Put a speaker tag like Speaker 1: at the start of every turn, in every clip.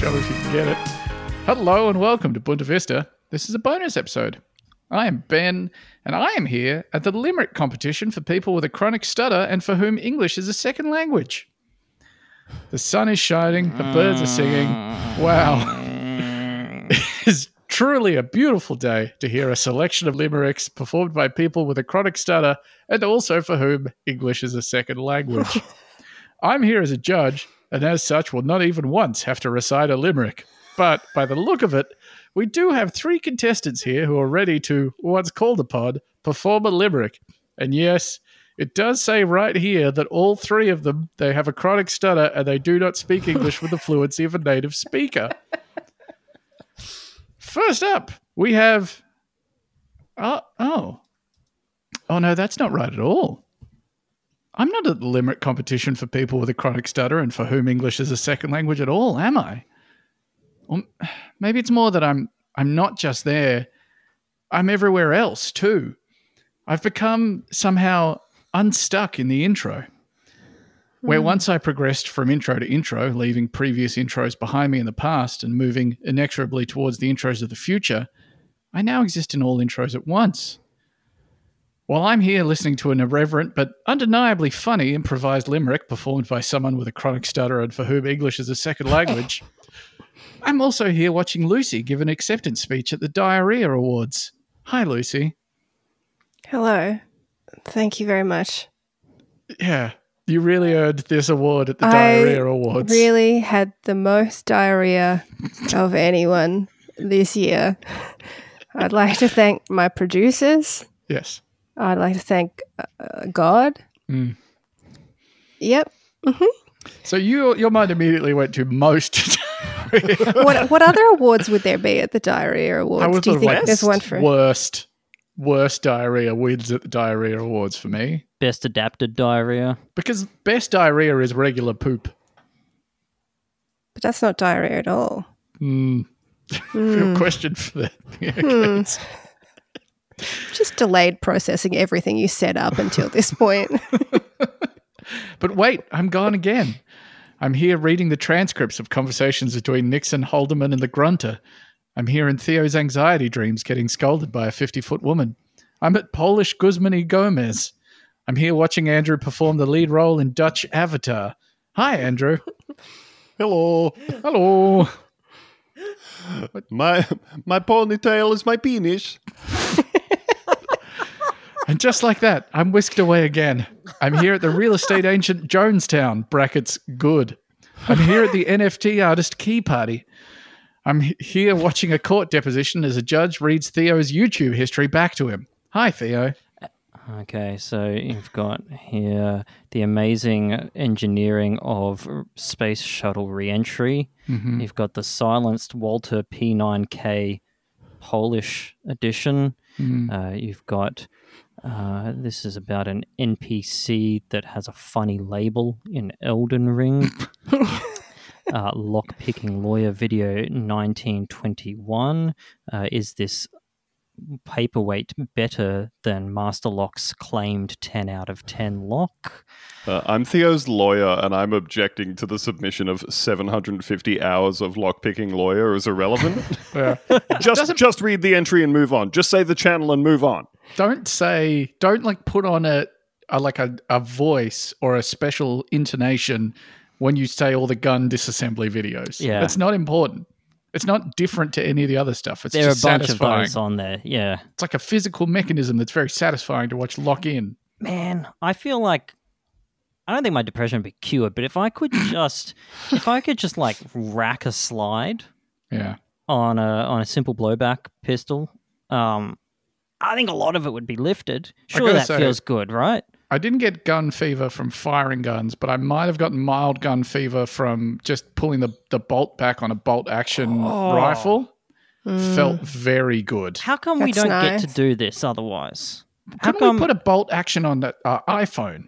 Speaker 1: go if you can get it. Hello and welcome to Bunta Vista. This is a bonus episode. I am Ben, and I am here at the Limerick competition for people with a chronic stutter and for whom English is a second language. The sun is shining, the birds are singing. Wow. it is truly a beautiful day to hear a selection of limericks performed by people with a chronic stutter and also for whom English is a second language. I'm here as a judge, and as such, will not even once have to recite a limerick. But by the look of it, we do have three contestants here who are ready to, once called upon, perform a limerick. And yes, it does say right here that all three of them they have a chronic stutter and they do not speak English with the fluency of a native speaker. First up, we have. Oh, oh, oh no, that's not right at all. I'm not at the limerick competition for people with a chronic stutter and for whom English is a second language at all, am I? Or m- maybe it's more that I'm I'm not just there. I'm everywhere else too. I've become somehow unstuck in the intro. Where once I progressed from intro to intro, leaving previous intros behind me in the past and moving inexorably towards the intros of the future, I now exist in all intros at once. While I'm here listening to an irreverent but undeniably funny improvised limerick performed by someone with a chronic stutter and for whom English is a second language, I'm also here watching Lucy give an acceptance speech at the Diarrhea Awards. Hi, Lucy.
Speaker 2: Hello. Thank you very much.
Speaker 1: Yeah, you really earned this award at the
Speaker 2: I
Speaker 1: Diarrhea Awards.
Speaker 2: Really had the most diarrhea of anyone this year. I'd like to thank my producers.
Speaker 1: Yes.
Speaker 2: I'd like to thank uh, God.
Speaker 1: Mm.
Speaker 2: Yep.
Speaker 1: So you, your mind immediately went to most.
Speaker 2: What what other awards would there be at the diarrhea
Speaker 1: I
Speaker 2: awards?
Speaker 1: was
Speaker 2: Do you
Speaker 1: sort of
Speaker 2: think
Speaker 1: like
Speaker 2: there's one for
Speaker 1: worst, worst diarrhea wins at the Diarrhea Awards for me.
Speaker 3: Best adapted diarrhea.
Speaker 1: Because best diarrhea is regular poop.
Speaker 2: But that's not diarrhea at all.
Speaker 1: Real question for that. Yeah, okay.
Speaker 2: Just delayed processing everything you set up until this point.
Speaker 1: But wait, I'm gone again. I'm here reading the transcripts of conversations between Nixon, Haldeman, and the grunter. I'm here in Theo's anxiety dreams getting scolded by a 50 foot woman. I'm at Polish Guzman y Gomez. I'm here watching Andrew perform the lead role in Dutch Avatar. Hi, Andrew. Hello. Hello.
Speaker 4: My my ponytail is my penis.
Speaker 1: And just like that, I'm whisked away again. I'm here at the real estate agent Jonestown, brackets good. I'm here at the NFT artist Key Party. I'm he- here watching a court deposition as a judge reads Theo's YouTube history back to him. Hi, Theo.
Speaker 3: Okay, so you've got here the amazing engineering of space shuttle reentry. You've got the silenced Walter P9K Polish edition. Uh, you've got uh, this is about an NPC that has a funny label in Elden Ring. uh, lockpicking lawyer video 1921 uh, is this paperweight better than Master Lock's claimed 10 out of 10 lock.
Speaker 4: Uh, I'm Theo's lawyer, and I'm objecting to the submission of 750 hours of lockpicking lawyer as irrelevant.
Speaker 1: Yeah.
Speaker 4: just just read the entry and move on. Just say the channel and move on.
Speaker 1: don't say, don't like put on a, a like a, a voice or a special intonation when you say all the gun disassembly videos.
Speaker 3: Yeah.
Speaker 1: It's not important. It's not different to any of the other stuff. It's
Speaker 3: There are a bunch
Speaker 1: just satisfying.
Speaker 3: of those on there. Yeah.
Speaker 1: it's like a physical mechanism that's very satisfying to watch lock in.
Speaker 3: Man, I feel like I don't think my depression would be cured, but if I could just if I could just like rack a slide
Speaker 1: Yeah.
Speaker 3: on a on a simple blowback pistol, um I think a lot of it would be lifted.
Speaker 1: I
Speaker 3: Sure
Speaker 1: gotta
Speaker 3: that
Speaker 1: say-
Speaker 3: feels good, right?
Speaker 1: I didn't get gun fever from firing guns, but I might have gotten mild gun fever from just pulling the, the bolt back on a bolt action
Speaker 3: Oh.
Speaker 1: rifle.
Speaker 3: Mm.
Speaker 1: Felt very good.
Speaker 3: How come we
Speaker 2: That's
Speaker 3: don't get
Speaker 2: nice.
Speaker 3: to do this otherwise? How
Speaker 1: Couldn't we put a bolt action on the uh, iPhone?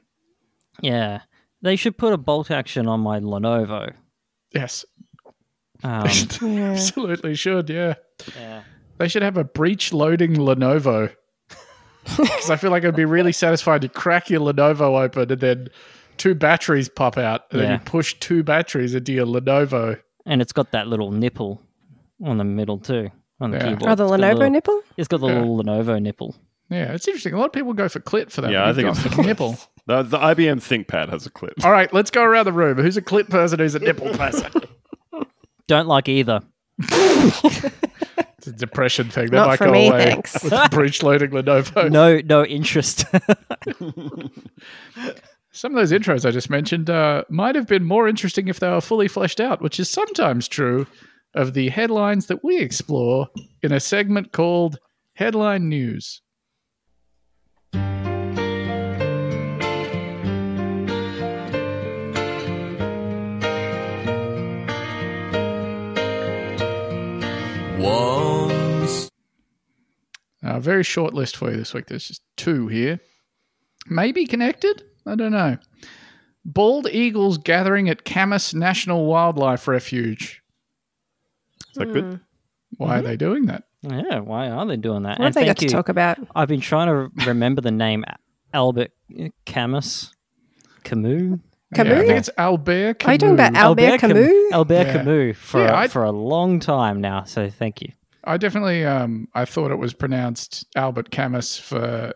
Speaker 3: Yeah. They should put a bolt action on my Lenovo.
Speaker 1: Yes,
Speaker 3: Um,
Speaker 2: Mm.
Speaker 1: absolutely should. Yeah,
Speaker 3: yeah.
Speaker 1: they should have a breech loading Lenovo. Because I feel like it'd be really satisfying to crack your Lenovo open and then two batteries pop out, and then
Speaker 3: Yeah.
Speaker 1: you push two batteries into your Lenovo.
Speaker 3: and it's got that little nipple on the middle too on the
Speaker 1: Yeah.
Speaker 3: keyboard.
Speaker 2: Oh, the
Speaker 3: It's got a
Speaker 2: Lenovo
Speaker 3: little-
Speaker 2: nipple?
Speaker 3: It's got the
Speaker 1: Yeah.
Speaker 3: little Lenovo nipple.
Speaker 1: Yeah, it's interesting. A lot of people go for clit for that.
Speaker 4: Yeah, I
Speaker 1: You've
Speaker 4: think
Speaker 1: gone
Speaker 4: it's
Speaker 1: for
Speaker 4: clit.
Speaker 1: nipple.
Speaker 4: The, the IBM ThinkPad has a clip.
Speaker 1: All right, let's go around the room. Who's a clit person? Who's a nipple person?
Speaker 3: Don't like either.
Speaker 1: It's a depression thing. That
Speaker 2: Not
Speaker 1: might
Speaker 2: for
Speaker 1: go
Speaker 2: me,
Speaker 1: away
Speaker 2: thanks.
Speaker 1: with breech loading Lenovo.
Speaker 3: No, no interest.
Speaker 1: Some of those intros I just mentioned uh, might have been more interesting if they were fully fleshed out, which is sometimes true of the headlines that we explore in a segment called Headline News.
Speaker 5: Worms.
Speaker 1: A Uh, very short list for you this week. There's just two here. Maybe connected? I don't know. Bald eagles gathering at Camas National Wildlife Refuge.
Speaker 4: Is that good?
Speaker 1: Hmm. Why
Speaker 2: Hmm?
Speaker 1: are they doing that?
Speaker 3: yeah, why are they doing that?
Speaker 2: What have
Speaker 3: and
Speaker 2: they
Speaker 3: thank
Speaker 2: got
Speaker 3: you.
Speaker 2: to talk about?
Speaker 3: I've been trying to remember the name Albert Camus. Camus?
Speaker 1: Yeah, I
Speaker 2: Camus?
Speaker 1: think it's Albert Camus.
Speaker 2: Are you talking about Albert
Speaker 3: Cam-
Speaker 2: Camus?
Speaker 3: Albert
Speaker 1: Yeah.
Speaker 3: Camus for,
Speaker 1: Yeah, I-
Speaker 3: for a long time now, so thank you.
Speaker 1: I definitely um I thought it was pronounced Albert Camus for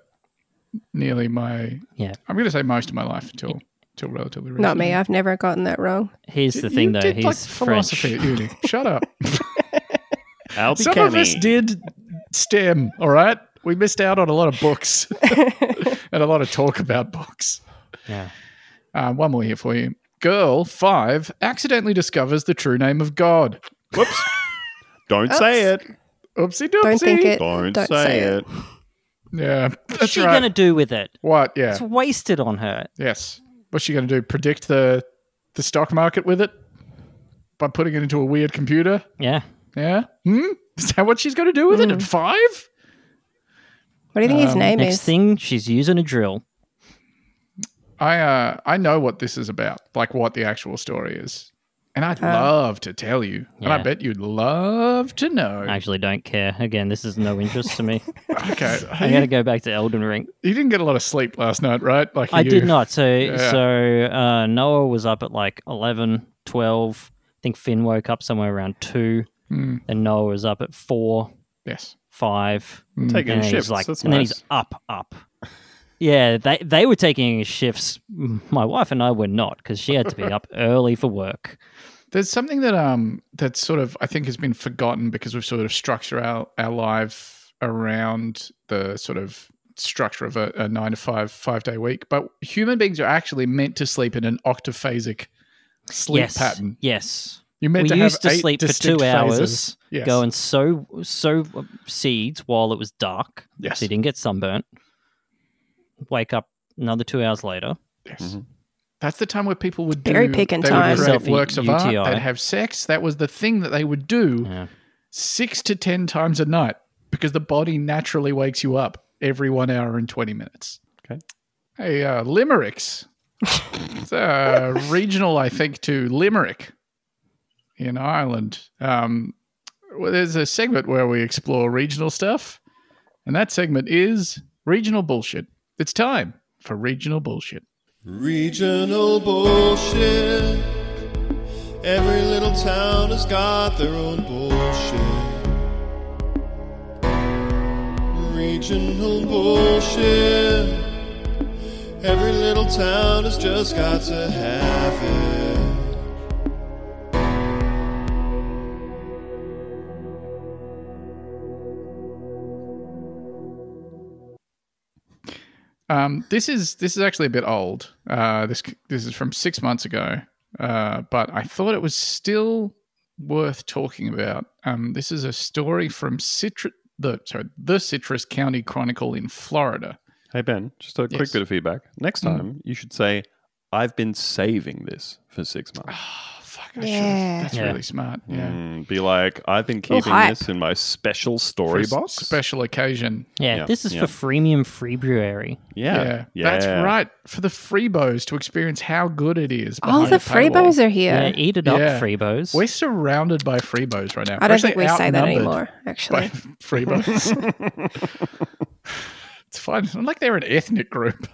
Speaker 1: nearly my
Speaker 3: Yeah.
Speaker 1: I'm gonna say most of my life until until relatively recently.
Speaker 2: Not me. I've never gotten that wrong.
Speaker 3: Here's
Speaker 1: You
Speaker 3: the thing, though.
Speaker 1: did,
Speaker 3: He's
Speaker 1: like,
Speaker 3: French.
Speaker 1: philosophy at uni. Shut up.
Speaker 4: Albie
Speaker 1: Some of us did STEM, all right? We missed out on a lot of books and a lot of talk about books.
Speaker 3: Yeah.
Speaker 1: Um, one more here for you. Girl five accidentally discovers the true name of God.
Speaker 4: Whoops. Don't say it.
Speaker 1: Oopsie doopsie.
Speaker 2: Don't think it.
Speaker 4: Don't,
Speaker 2: Don't
Speaker 4: say,
Speaker 2: say
Speaker 4: it.
Speaker 1: Yeah.
Speaker 3: What's
Speaker 1: That's
Speaker 3: she
Speaker 1: right.
Speaker 3: going to do with it?
Speaker 1: What? Yeah.
Speaker 3: It's wasted on her.
Speaker 1: Yes. What's she going to do? Predict the the stock market with it by putting it into a weird computer?
Speaker 3: Yeah.
Speaker 1: Yeah. Hmm. Is that what she's going to do with
Speaker 2: Hmm.
Speaker 1: it at five?
Speaker 2: What do you think his name
Speaker 3: Next
Speaker 2: is?
Speaker 3: thing, she's using a drill.
Speaker 1: I uh I know what this is about, like what the actual story is, and
Speaker 2: Uh.
Speaker 1: I'd love to tell you, and I
Speaker 3: Yeah.
Speaker 1: bet you'd love to know.
Speaker 3: I actually don't care. Again, this is no interest to me.
Speaker 1: okay.
Speaker 3: I got to go back to Elden Ring.
Speaker 1: You didn't get a lot of sleep last night, right? Like
Speaker 3: I
Speaker 1: you-
Speaker 3: did not. So
Speaker 1: Yeah.
Speaker 3: so uh, Noah was up at like 11, 12. I think Finn woke up somewhere around 2.
Speaker 1: Hmm.
Speaker 3: And Noah was up at 4,
Speaker 1: Yes.
Speaker 3: 5.
Speaker 4: Taking
Speaker 3: and then
Speaker 4: shifts.
Speaker 3: he's like,
Speaker 4: That's
Speaker 3: and then he's
Speaker 4: nice.
Speaker 3: up, up. Yeah, they they were taking shifts. My wife and I were not because she had to be up early for work.
Speaker 1: There's something that um that sort of I think has been forgotten because we've sort of structured our, our life around the sort of structure of a, a nine to five five day week. But human beings are actually meant to sleep in an octophasic sleep
Speaker 3: yes,
Speaker 1: pattern.
Speaker 3: yes.
Speaker 1: You're meant
Speaker 3: we
Speaker 1: to
Speaker 3: used
Speaker 1: have
Speaker 3: to
Speaker 1: eight
Speaker 3: sleep for two
Speaker 1: distinct
Speaker 3: hours,
Speaker 1: phases. Yes.
Speaker 3: go and sow sow uh, seeds while it was dark,
Speaker 1: Yes.
Speaker 3: so you didn't get sunburnt. Wake up another two hours later.
Speaker 1: Yes.
Speaker 4: Mhm.
Speaker 1: That's the time where people would
Speaker 2: Berry
Speaker 1: do
Speaker 2: picking
Speaker 1: they
Speaker 2: time.
Speaker 1: would
Speaker 3: Yourself a
Speaker 1: create works of
Speaker 3: UTI.
Speaker 1: art. They'd have sex. That was the thing that they would do
Speaker 3: Yeah.
Speaker 1: six to ten times a night because the body naturally wakes you up every one hour and twenty minutes.
Speaker 4: Okay.
Speaker 1: Hey, uh, limericks. it's uh, regional, I think, to Limerick in Ireland. Um, well, there's a segment where we explore regional stuff, and that segment is regional bullshit. It's time for regional bullshit.
Speaker 5: Regional bullshit. Every little town has got their own bullshit. Regional bullshit. Every little town has just got to have it.
Speaker 1: Um, this is this is actually a bit old. Uh, this this is from six months ago, uh, but I thought it was still worth talking about. Um, this is a story from Citrus, the sorry, the Citrus County Chronicle in Florida.
Speaker 4: Hey, Ben, just a quick
Speaker 1: Yes.
Speaker 4: bit of feedback. Next
Speaker 1: Mm.
Speaker 4: time, you should say, I've been saving this for six months.
Speaker 1: Oh fuck! I should've-
Speaker 2: Yeah.
Speaker 1: that's
Speaker 3: Yeah.
Speaker 1: really smart. Yeah,
Speaker 4: Mm, be like, I've been keeping
Speaker 2: hype.
Speaker 4: this in my special
Speaker 1: For
Speaker 4: story
Speaker 1: a
Speaker 4: box.
Speaker 1: special occasion.
Speaker 3: Yeah,
Speaker 4: Yeah,
Speaker 3: this is for
Speaker 4: yeah.
Speaker 3: freemium February.
Speaker 4: yeah.
Speaker 1: yeah.
Speaker 4: yeah.
Speaker 1: that's right. For the freebos to experience how good it is.
Speaker 2: Oh,
Speaker 1: behind
Speaker 2: the
Speaker 1: a paywall.
Speaker 2: Freebos are here.
Speaker 3: Yeah, eat it up,
Speaker 1: Yeah.
Speaker 3: freebos.
Speaker 1: We're surrounded by freebos right now.
Speaker 2: I
Speaker 1: We're
Speaker 2: don't think
Speaker 1: actually
Speaker 2: we say that
Speaker 1: outnumbered.
Speaker 2: anymore,
Speaker 1: by
Speaker 2: actually.
Speaker 1: freebos. it's fun. I'm like they're an ethnic group.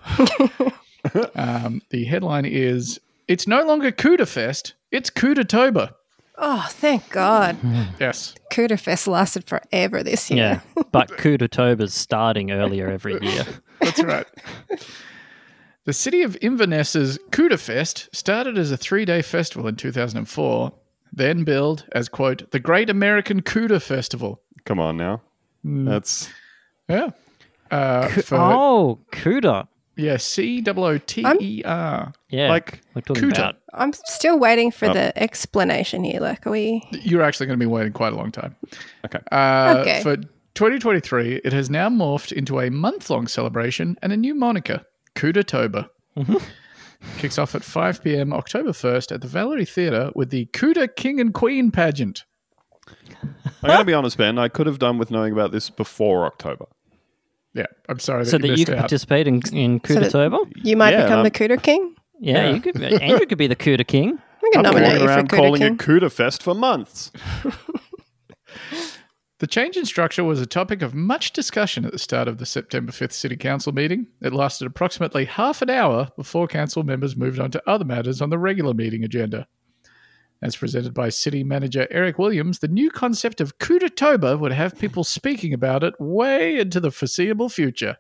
Speaker 1: um, the headline is It's no longer Cooter Fest, it's Cootertober.
Speaker 2: Oh, thank God.
Speaker 1: Yes.
Speaker 2: Cooterfest lasted forever this year.
Speaker 3: Yeah, but coup d'october's starting earlier every year.
Speaker 1: That's right. the city of Inverness's Cooterfest started as a three day festival in 2004, then billed as, quote, the Great American Cooter Festival.
Speaker 4: Come on now.
Speaker 1: Mm.
Speaker 4: That's
Speaker 1: Yeah. Uh, for,
Speaker 3: Oh, cooter.
Speaker 1: Yeah, C O O T E R.
Speaker 3: Yeah,
Speaker 1: Like
Speaker 3: we're talking
Speaker 1: cooter.
Speaker 3: about.
Speaker 2: I'm still waiting for the explanation here. Like, are we?
Speaker 1: You're actually going to be waiting quite a long time.
Speaker 4: Okay.
Speaker 1: Uh,
Speaker 2: Okay.
Speaker 1: For 2023, it has now morphed into a month long celebration and a new moniker, Cootertober. Kicks off at 5 p.m. October 1st at the Valerie Theatre with the Cooter King and Queen pageant.
Speaker 4: I'm gonna be honest, Ben. I could have done with knowing about this before October.
Speaker 1: Yeah, I'm sorry that
Speaker 3: So
Speaker 1: you
Speaker 3: that you
Speaker 1: missed
Speaker 3: could
Speaker 1: out.
Speaker 3: participate in, in coup
Speaker 2: So that-
Speaker 3: d'october?
Speaker 2: You might
Speaker 4: Yeah,
Speaker 2: become
Speaker 4: um,
Speaker 2: the Cooter King.
Speaker 3: Yeah, you could. Andrew could be the cooter king.
Speaker 2: We can
Speaker 4: I've been
Speaker 2: nominate
Speaker 4: walking
Speaker 2: you for
Speaker 4: around calling
Speaker 2: Cooter King.
Speaker 4: it Cooter Fest for months.
Speaker 1: The change in structure was a topic of much discussion at the start of the September 5th City Council meeting. It lasted approximately half an hour before Council members moved on to other matters on the regular meeting agenda. As presented by City Manager Eric Williams, the new concept of Kudatoba would have people speaking about it way into the foreseeable future.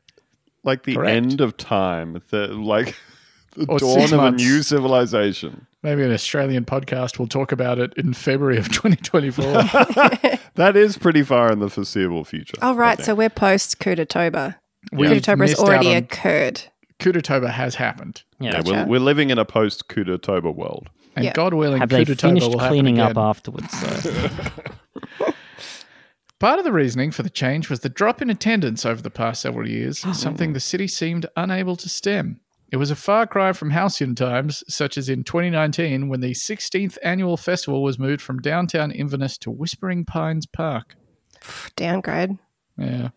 Speaker 4: Like the
Speaker 1: Correct.
Speaker 4: end of time. The like the
Speaker 1: Or
Speaker 4: dawn
Speaker 1: six
Speaker 4: of
Speaker 1: months.
Speaker 4: a new civilization.
Speaker 1: Maybe an Australian podcast will talk about it in February of 2024.
Speaker 4: That is pretty far in the foreseeable future.
Speaker 2: Oh,
Speaker 4: I
Speaker 2: right.
Speaker 4: think.
Speaker 2: So we're post Cootertober.
Speaker 1: We've
Speaker 2: Cootertober has
Speaker 1: missed out
Speaker 2: already
Speaker 1: on-
Speaker 2: occurred.
Speaker 1: Kudatoba has happened.
Speaker 3: Yeah.
Speaker 4: Yeah,
Speaker 2: Gotcha.
Speaker 4: we're, we're living in a post Kudatoba world.
Speaker 1: And
Speaker 2: Yeah.
Speaker 1: God willing,
Speaker 3: Have they
Speaker 1: Kudatoba
Speaker 3: finished
Speaker 1: will happen
Speaker 3: cleaning up
Speaker 1: again.
Speaker 3: afterwards? So.
Speaker 1: Part of the reasoning for the change was the drop in attendance over the past several years, something the city seemed unable to stem. It was a far cry from halcyon times, such as in 2019 when the 16th annual festival was moved from downtown Inverness to Whispering Pines Park.
Speaker 2: Downgrade.
Speaker 1: Yeah.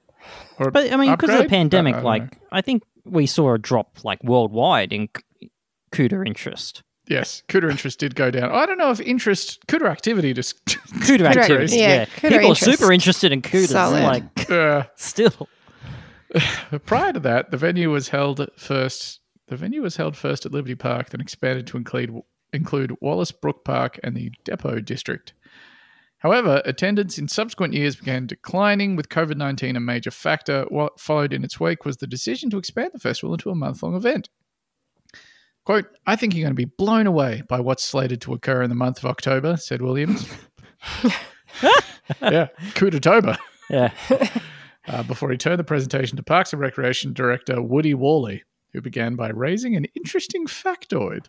Speaker 1: Or
Speaker 3: But I mean, because of the
Speaker 1: upgrade? Uh,
Speaker 3: pandemic,
Speaker 1: I don't know.
Speaker 3: like I think we saw a drop like worldwide in c- cooter interest,
Speaker 1: yes, cooter interest did go down. I don't know if interest, cooter activity just.
Speaker 3: cooter activity.
Speaker 2: yeah,
Speaker 3: Yeah,
Speaker 2: cooter
Speaker 3: people
Speaker 2: interest.
Speaker 3: are super interested in cooters.
Speaker 2: Solid.
Speaker 3: Like
Speaker 1: Uh,
Speaker 3: still,
Speaker 1: prior to that, the venue was held first. The venue was held first at Liberty Park, then expanded to include include Wallace Brook Park and the Depot District. However, attendance in subsequent years began declining, with COVID nineteen a major factor. What followed in its wake was the decision to expand the festival into a month long event. "Quote: I think you're going to be blown away by what's slated to occur in the month of October," said Williams. yeah, coup d'october
Speaker 3: yeah,
Speaker 1: uh, before he turned the presentation to Parks and Recreation Director Woody Worley, who began by raising an interesting factoid.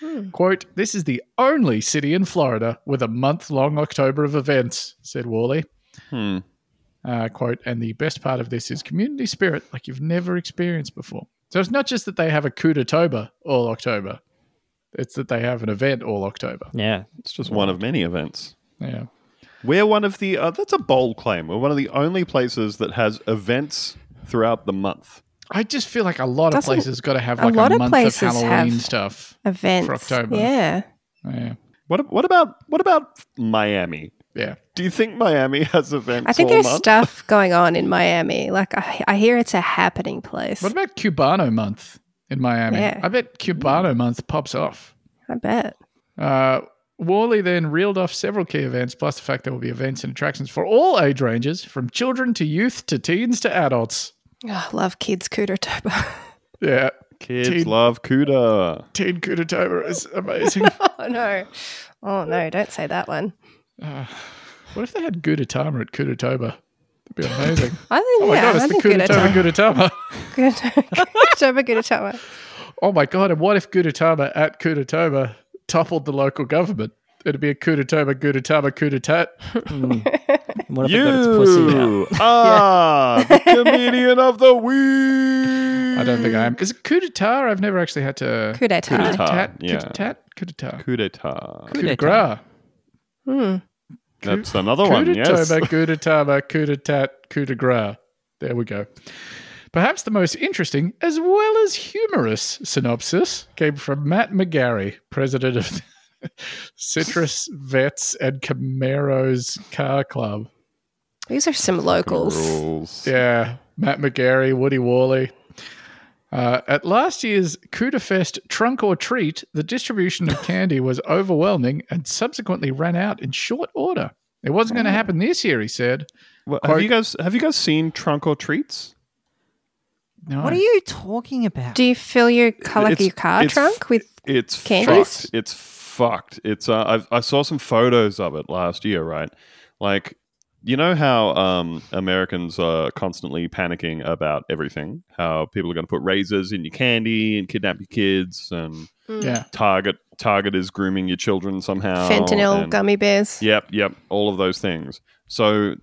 Speaker 2: Hmm.
Speaker 1: Quote, This is the only city in Florida with a month long October of events, said Worley.
Speaker 4: Hmm.
Speaker 1: Uh, quote, and the best part of this is community spirit like you've never experienced before. So it's not just that they have a coup d'october all October, it's that they have an event all October.
Speaker 3: yeah.
Speaker 4: It's just one of many events.
Speaker 1: Yeah.
Speaker 4: We're one of the. Uh, that's a bold claim. We're one of the only places that has events throughout the month.
Speaker 1: I just feel like a lot
Speaker 2: Doesn't-
Speaker 1: of places got to have
Speaker 2: a
Speaker 1: like a,
Speaker 2: lot of
Speaker 1: month
Speaker 2: places
Speaker 1: of
Speaker 2: have-
Speaker 1: Halloween stuff.
Speaker 2: Events.
Speaker 1: October.
Speaker 2: Yeah.
Speaker 1: Yeah.
Speaker 4: What? What about? What about Miami?
Speaker 1: Yeah.
Speaker 4: Do you think Miami has events?
Speaker 2: I think
Speaker 4: all
Speaker 2: there's
Speaker 4: month?
Speaker 2: stuff going on in Miami. Like, I, I hear it's a happening place.
Speaker 1: What about Cubano month in Miami?
Speaker 2: Yeah.
Speaker 1: I bet Cubano month pops off.
Speaker 2: I bet.
Speaker 1: Uh, Worley then reeled off several key events, plus the fact there will be events and attractions for all age ranges, from children to youth to teens to adults.
Speaker 2: Oh, love kids Cootertober.
Speaker 1: Yeah,
Speaker 4: Kids
Speaker 1: Teen-
Speaker 4: love Cuda.
Speaker 1: teen Kudatoba is amazing.
Speaker 2: oh, no. Oh, no. Don't say that one.
Speaker 1: what if they had Gudatama at Kudatoba? That'd be amazing.
Speaker 2: I think,
Speaker 1: Oh my
Speaker 2: yeah,
Speaker 1: god,
Speaker 2: I
Speaker 1: it's the
Speaker 2: think Cootertober.
Speaker 1: Kudatoba Gudatama.
Speaker 2: Cootertober, Cootertober.
Speaker 1: Oh my god, and what if Gudatama at Kudatoba toppled the local government? It'd be a Kudatoba, Gudatama, Kudatat.
Speaker 3: What if it got its pussy out?
Speaker 4: You are Ah, the comedian of the week.
Speaker 1: I don't think I am. Is it coup d'etat? I've never actually had to.
Speaker 2: Coup d'etat.
Speaker 1: Tat,
Speaker 4: Yeah.
Speaker 1: coup d'etat, coup d'etat,
Speaker 4: Coup d'etat. Hmm.
Speaker 1: coup de gras.
Speaker 4: That's another
Speaker 1: Coup
Speaker 4: one. Yes.
Speaker 1: d'etat, coup d'etat, coup d'etat, coup de gras. There we go. Perhaps the most interesting, as well as humorous, synopsis came from Matt McGarry, president of Citrus Vets and Camaros Car Club.
Speaker 2: These are some locals.
Speaker 4: Rules.
Speaker 1: Yeah, Matt McGarry, Woody Worley. Uh, at last year's Cuda Fest Trunk or Treat, the distribution of candy was overwhelming and subsequently ran out in short order. It wasn't
Speaker 3: Oh.
Speaker 1: going to happen this year, he said.
Speaker 4: Well,
Speaker 1: Quote-
Speaker 4: have you guys have you guys seen Trunk or Treats?
Speaker 1: No.
Speaker 3: What are you talking about?
Speaker 2: Do you fill your car, like
Speaker 4: It's-
Speaker 2: your car
Speaker 4: it's-
Speaker 2: trunk with?
Speaker 4: It's
Speaker 2: Candies?
Speaker 4: fucked. It's fucked. It's uh, I, I saw some photos of it last year, right? Like you know how um, Americans are constantly panicking about everything. How people are going to put razors in your candy and kidnap your kids, and
Speaker 2: Mm.
Speaker 1: Yeah.
Speaker 4: Target Target is grooming your children somehow.
Speaker 2: fentanyl
Speaker 4: Oh, and-
Speaker 2: gummy bears.
Speaker 4: Yep, yep, all of those things. So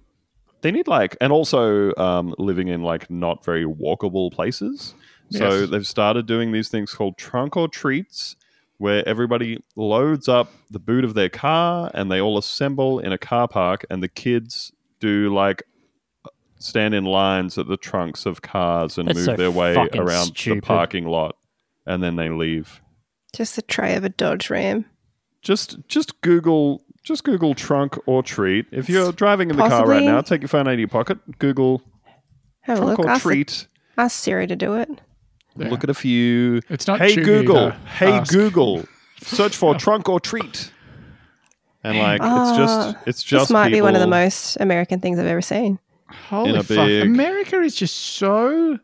Speaker 4: they need like, and also um, living in like not very walkable places. So
Speaker 1: Yes.
Speaker 4: they've started doing these things called trunk or treats, where everybody loads up the boot of their car and they all assemble in a car park, and the kids do like stand in lines at the trunks of cars and
Speaker 3: That's
Speaker 4: move
Speaker 3: so
Speaker 4: their way
Speaker 3: fucking
Speaker 4: around
Speaker 3: stupid.
Speaker 4: the parking lot, and then they leave.
Speaker 2: Just a tray of a Dodge Ram.
Speaker 4: just just google just google trunk or treat if you're driving in the car right
Speaker 2: Possibly-
Speaker 4: now take your phone out of your pocket google
Speaker 2: Have a
Speaker 4: trunk
Speaker 2: look.
Speaker 4: or
Speaker 2: Ask, the-
Speaker 4: treat
Speaker 2: ask Siri to do it.
Speaker 1: Yeah.
Speaker 4: look at a few
Speaker 1: It's not
Speaker 4: hey
Speaker 1: Chewy,
Speaker 4: google
Speaker 1: though.
Speaker 4: hey
Speaker 1: Ask.
Speaker 4: google search for trunk or treat and like it's just
Speaker 2: Ah,
Speaker 4: it's just
Speaker 2: this might be one of the
Speaker 4: people-
Speaker 2: most American things I've ever seen.
Speaker 1: Holy
Speaker 4: in a
Speaker 1: fuck.
Speaker 4: big-
Speaker 1: America is just so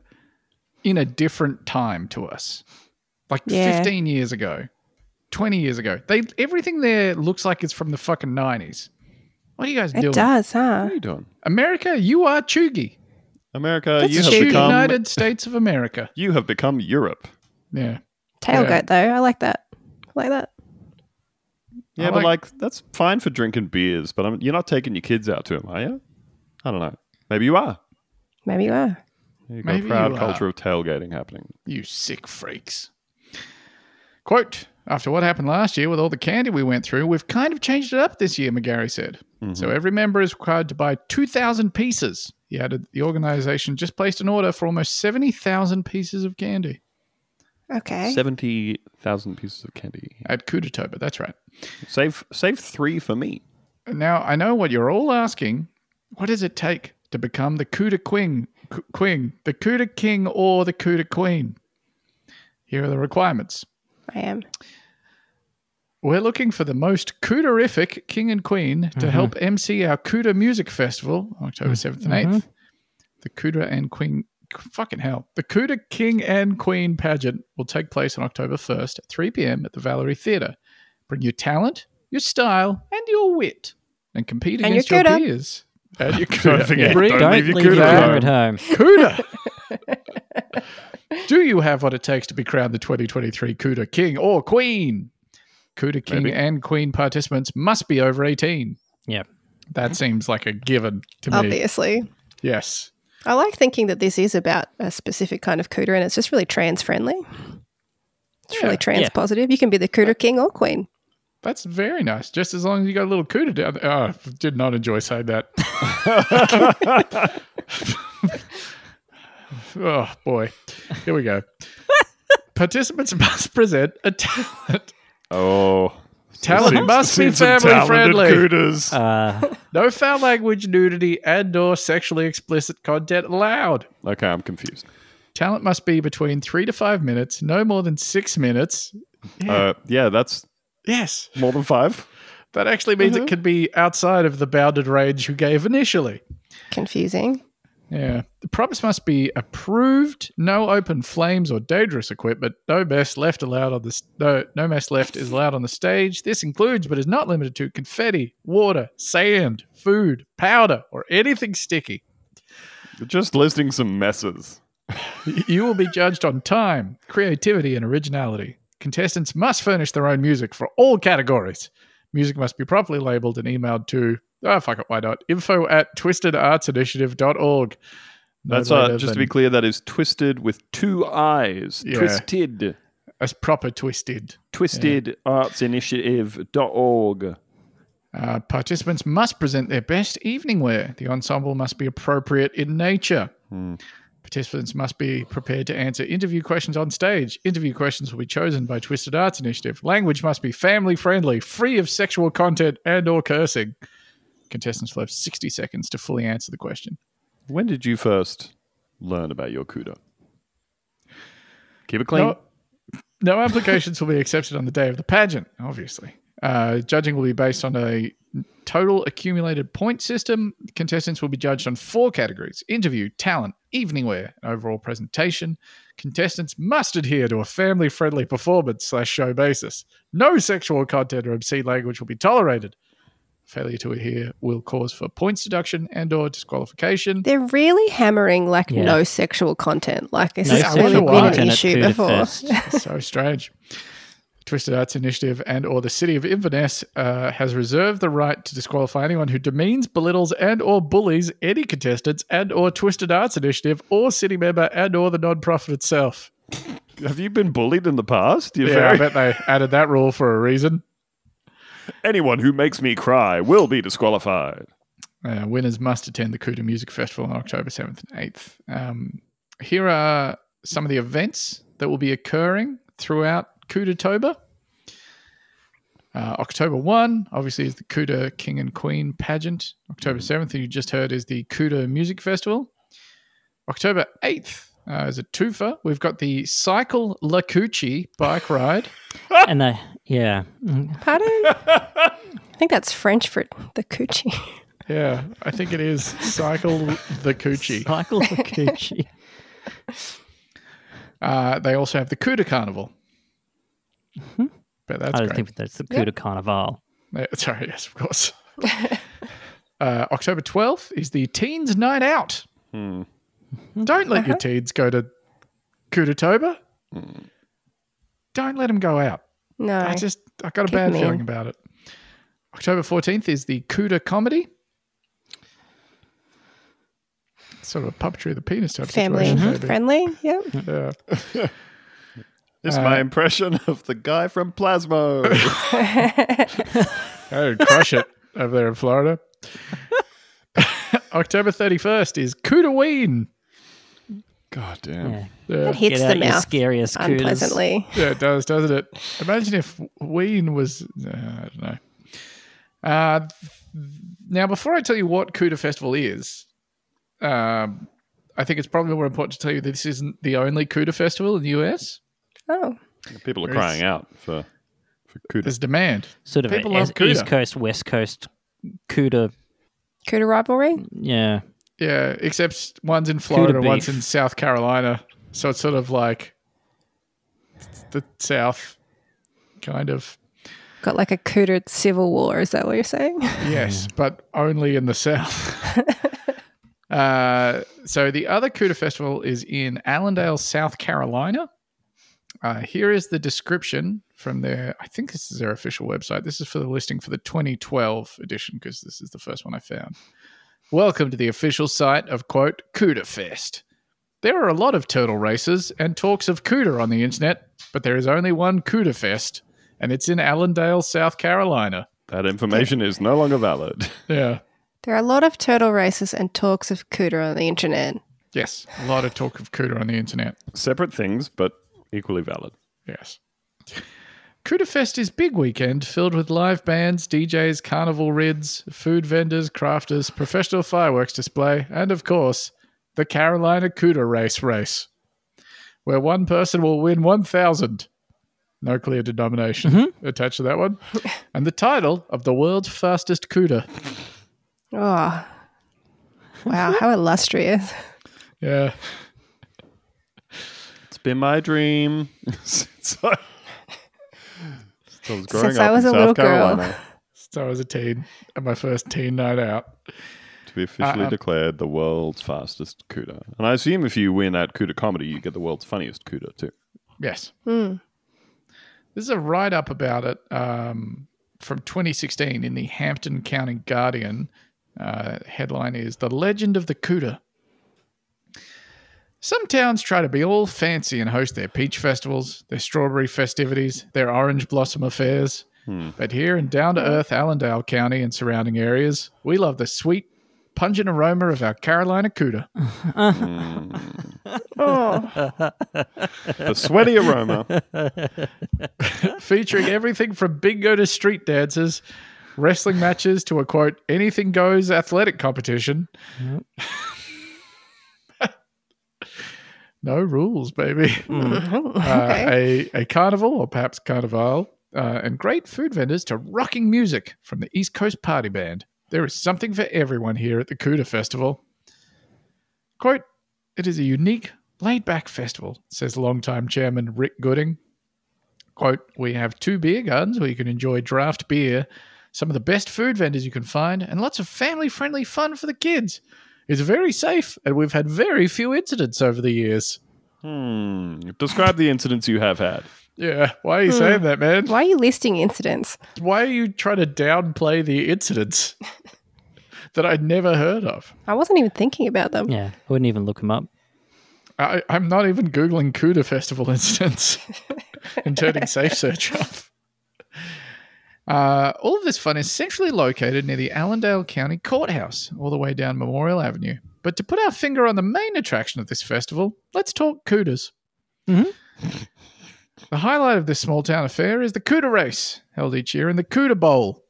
Speaker 1: in a different time to us. Like
Speaker 2: Yeah.
Speaker 1: 15 years ago, 20 years ago. They everything there looks like it's from the fucking 90s. What are you guys
Speaker 2: It
Speaker 1: doing?
Speaker 2: does, huh?
Speaker 4: what are you doing
Speaker 1: America, you are Chugi.
Speaker 4: america
Speaker 2: That's
Speaker 4: you have
Speaker 1: Chugi,
Speaker 2: stupid.
Speaker 4: become
Speaker 1: United States of America.
Speaker 4: you have become europe
Speaker 1: Yeah.
Speaker 2: Tailgate though, I like that. I like that.
Speaker 4: yeah
Speaker 1: I
Speaker 4: but
Speaker 1: like-
Speaker 4: like that's fine for drinking beers but I'm, you're not taking your kids out to them are you i don't know maybe you are
Speaker 2: Maybe you are.
Speaker 4: you've got
Speaker 1: Maybe
Speaker 4: a proud
Speaker 1: you are.
Speaker 4: culture of tailgating happening
Speaker 1: You sick freaks. Quote After what happened last year with all the candy we went through, we've kind of changed it up this year, McGarry said.
Speaker 4: Mm-hmm.
Speaker 1: So every member is required to buy 2,000 pieces. He added, The organization just placed an order for almost 70,000 pieces of candy
Speaker 2: Okay.
Speaker 4: 70,000 pieces of candy.
Speaker 1: at Kudatoba. That's right.
Speaker 4: Save save 3 for me.
Speaker 1: Now, I know what you're all asking. What does it take to become the Kuda Queen, Qu- Queen, the Kuda King, or the Kuda Queen? Here are the requirements.
Speaker 2: I am.
Speaker 1: We're looking for the most cooderific king and queen to
Speaker 4: Mm-hmm.
Speaker 1: help MC our Cooder Music Festival, October 7th and 8th. The Cooder and Queen, fucking hell. The Cooder King and Queen pageant will take place on October 1st at 3 p.m. at the Valerie Theatre. Bring your talent, your style, and your wit and compete
Speaker 2: And your
Speaker 1: against your,
Speaker 2: Cooter.
Speaker 1: peers. And your Cooter.
Speaker 4: forget,
Speaker 1: Bring
Speaker 4: Don't
Speaker 3: Don't
Speaker 4: leave
Speaker 3: leave,
Speaker 4: your
Speaker 3: your
Speaker 4: cooter
Speaker 3: car
Speaker 1: alone.
Speaker 3: at home.
Speaker 1: Cooter. Do you have what it takes to be crowned the 2023 Cooter King or Queen? Cooter King
Speaker 4: Maybe.
Speaker 1: and Queen participants must be over 18.
Speaker 3: Yeah.
Speaker 1: That seems like a given to me.
Speaker 2: Obviously.
Speaker 1: Yes.
Speaker 2: I like thinking that this is about a specific kind of cooter and it's just really trans friendly. It's
Speaker 1: Yeah.
Speaker 2: really trans
Speaker 3: Yeah.
Speaker 2: positive. You can be the cooter king or queen.
Speaker 1: That's very nice. Just as long as you got a little cooter down there. Oh, did not enjoy saying that. oh, boy. Here we go. Participants must present a talent.
Speaker 4: Oh.
Speaker 1: Talent
Speaker 4: Seems-
Speaker 1: must be
Speaker 4: seems some
Speaker 1: family
Speaker 4: talented
Speaker 1: friendly.
Speaker 4: Cooters.
Speaker 3: Uh,
Speaker 1: No foul language, nudity, and or sexually explicit content allowed.
Speaker 4: okay, I'm confused.
Speaker 1: Talent must be between three to five minutes, no more than six minutes.
Speaker 4: Yeah. Uh, yeah, that's
Speaker 1: Yes.
Speaker 4: more than 5.
Speaker 1: That actually means it could be outside of the bounded range you gave initially.
Speaker 2: Confusing.
Speaker 1: Yeah. The props must be approved, no open flames or dangerous equipment, no mess left allowed on the s- no, no mess left is allowed on the stage. This includes but is not limited to confetti, water, sand, food, powder, or anything sticky.
Speaker 4: You're just listing some messes.
Speaker 1: You will be judged on time, creativity, and originality. Contestants must furnish their own music for all categories. Music must be properly labeled and emailed to, oh, fuck it, why not? Info at twistedartsinitiative.org. No
Speaker 4: That's uh,
Speaker 1: later
Speaker 4: just to
Speaker 1: than-
Speaker 4: be clear that is twisted with two eyes.
Speaker 1: Yeah.
Speaker 4: Twisted.
Speaker 1: As proper twisted.
Speaker 4: Twistedartsinitiative.org.
Speaker 1: Uh, participants must present their best evening wear. The ensemble must be appropriate in nature. Participants must be prepared to answer interview questions on stage. Interview questions will be chosen by Twisted Arts Initiative. Language must be family friendly, free of sexual content and or cursing. Contestants will have 60 seconds to fully answer the question.
Speaker 4: When did you first learn about your cooter? Keep it clean.
Speaker 1: No, no applications will be accepted on the day of the pageant, obviously. Uh, judging will be based on a total accumulated point system. Contestants will be judged on four categories interview, talent, evening wear, and overall presentation. Contestants must adhere to a family friendly performance slash show basis. No sexual content or obscene language will be tolerated. Failure to adhere will cause for points deduction and or disqualification.
Speaker 2: They're really hammering like
Speaker 3: Yeah.
Speaker 2: no sexual content. Like this
Speaker 3: No
Speaker 2: has
Speaker 1: sexual
Speaker 2: really been
Speaker 1: content
Speaker 2: an
Speaker 3: at
Speaker 2: issue
Speaker 3: two to
Speaker 2: before.
Speaker 3: first.
Speaker 1: so strange. Twisted Arts Initiative and or the City of Inverness uh, has reserved the right to disqualify anyone who demeans, belittles and or bullies any contestants and or Twisted Arts Initiative or city member and or the non-profit itself.
Speaker 4: Have you been bullied in the past? You're
Speaker 1: Yeah, I
Speaker 4: very-
Speaker 1: bet they added that rule for a reason.
Speaker 4: Anyone who makes me cry will be disqualified.
Speaker 1: Uh, winners must attend the Kuta Music Festival on October 7th and 8th. Um, here are some of the events that will be occurring throughout Kudatoba. Uh, October 1, obviously, is the Kuta King and Queen pageant. October 7th, you just heard, is the Kuta Music Festival. October 8th uh, is a twofer. We've got the Cycle Lakuchi bike ride.
Speaker 3: and they, yeah, Mm,
Speaker 2: Pardon? I think that's French for the coochie.
Speaker 1: Yeah, I think it is Cycle Lakuchi.
Speaker 3: Michael Kikuchi.
Speaker 1: Uh, they also have the Cuda Carnival. But that's
Speaker 3: I don't
Speaker 1: great.
Speaker 3: think that's the coup de carnaval.
Speaker 1: Uh, Sorry, yes, of course. uh, October 12th is the Teens Night Out. Don't let your teens go to Kudatoba. Don't let them go out.
Speaker 2: No.
Speaker 1: I just, I got a
Speaker 2: Kick
Speaker 1: bad
Speaker 2: me
Speaker 1: feeling
Speaker 2: in.
Speaker 1: about it. October 14th is the Cuda Comedy. Sort of a puppetry of the penis type
Speaker 2: Family Mm-hmm.
Speaker 1: situation.
Speaker 3: Mm-hmm.
Speaker 1: maybe. uh,
Speaker 2: friendly. Yep.
Speaker 1: Yeah.
Speaker 4: It's my impression of the guy from Plasmo.
Speaker 1: I would crush it over there in Florida. October 31st is Kudaween.
Speaker 4: God damn.
Speaker 3: Yeah.
Speaker 1: Yeah.
Speaker 2: It hits
Speaker 3: Get
Speaker 2: the
Speaker 3: out your
Speaker 2: mouth
Speaker 3: scariest cooters.
Speaker 2: unpleasantly.
Speaker 1: yeah, it does, doesn't it? Imagine if Ween was. Uh, I don't know. Uh, th- now, before I tell you what Kuda Festival is, um, I think it's probably more important to tell you that this isn't the only Kuda Festival in the US.
Speaker 2: Oh,
Speaker 4: People are
Speaker 1: Where's-
Speaker 4: crying out for for Kuda.
Speaker 1: There's demand.
Speaker 3: Sort of
Speaker 1: People
Speaker 3: a
Speaker 1: love
Speaker 3: es- East
Speaker 1: Cuda.
Speaker 3: Coast, West Coast coup de,
Speaker 2: Cuda rivalry.
Speaker 3: yeah.
Speaker 1: Yeah, except one's in Florida,
Speaker 3: beef.
Speaker 1: one's in South Carolina. So it's sort of like the South, kind of.
Speaker 2: Got like a Cuda civil war. Is that what you're saying?
Speaker 1: Yes, but only in the South. uh, so the other CUDA festival is in Allendale, South Carolina. Uh, here is the description from their, I think this is their official website. This is for the listing for the 2012 edition because this is the first one I found. Welcome to the official site of, quote, CUDA Fest. There are a lot of turtle races and talks of CUDA on the internet, but there is only one CUDA Fest, and it's in Allendale, South Carolina.
Speaker 4: that information is no longer valid.
Speaker 1: Yeah.
Speaker 2: There are a lot of turtle races and talks of Cuda on the internet.
Speaker 1: Yes, a lot of talk of CUDA on the internet.
Speaker 4: Separate things, but equally valid.
Speaker 1: Yes. CUDA Fest is big weekend filled with live bands, DJs, carnival rids, food vendors, crafters, professional fireworks display, and of course, the Carolina CUDA race race, where one person will win 1,000. No clear denomination attached to that one. and the title of the world's fastest CUDA.
Speaker 2: Oh, wow! How illustrious.
Speaker 1: Yeah.
Speaker 4: It's been my dream since I, since I was growing
Speaker 2: Since
Speaker 4: up
Speaker 2: I was
Speaker 4: in
Speaker 2: a
Speaker 4: South
Speaker 2: little girl.
Speaker 4: Carolina
Speaker 1: So I was a teen at my first teen night out.
Speaker 4: to be officially
Speaker 1: Uh, um,
Speaker 4: declared the world's fastest Kuda. And I assume if you win at Kuda comedy, you get the world's funniest Kuda too.
Speaker 1: Yes.
Speaker 2: Hmm.
Speaker 1: This is a write up about it um, from 2016 in the Hampton County Guardian. Uh, headline is The Legend of the Cuda. Some towns try to be all fancy and host their peach festivals, their strawberry festivities, their orange blossom affairs. But here in down to earth Allendale County and surrounding areas, we love the sweet, pungent aroma of our Carolina Cuda.
Speaker 2: Oh,
Speaker 4: Mm. The sweaty aroma.
Speaker 1: featuring everything from bingo to street dances, wrestling matches to a quote anything goes athletic competition. No rules, baby.
Speaker 2: okay.
Speaker 1: Uh, a, a carnival, or perhaps carnival, uh, and great food vendors to rocking music from the East Coast Party Band. There is something for everyone here at the Cuda Festival. Quote, it is a unique, laid back festival, says longtime chairman Rick Gooding. Quote, we have two beer gardens where you can enjoy draft beer, some of the best food vendors you can find, and lots of family friendly fun for the kids. It's very safe, and we've had very few incidents over the years.
Speaker 4: Hmm. Describe the incidents you have had.
Speaker 1: Yeah, why are you saying that, man?
Speaker 2: Why are you listing incidents?
Speaker 1: Why are you trying to downplay the incidents that I'd never heard of?
Speaker 2: I wasn't even thinking about them.
Speaker 3: Yeah, I wouldn't even look them up.
Speaker 1: I, I'm not even Googling CUDA festival incidents and turning Safe Search off. Uh, all of this fun is centrally located near the Allendale County Courthouse, all the way down Memorial Avenue. But to put our finger on the main attraction of this festival, let's talk CUDAs.
Speaker 3: Mhm.
Speaker 1: The highlight of this small town affair is the CUDA race, held each year in the CUDA Bowl.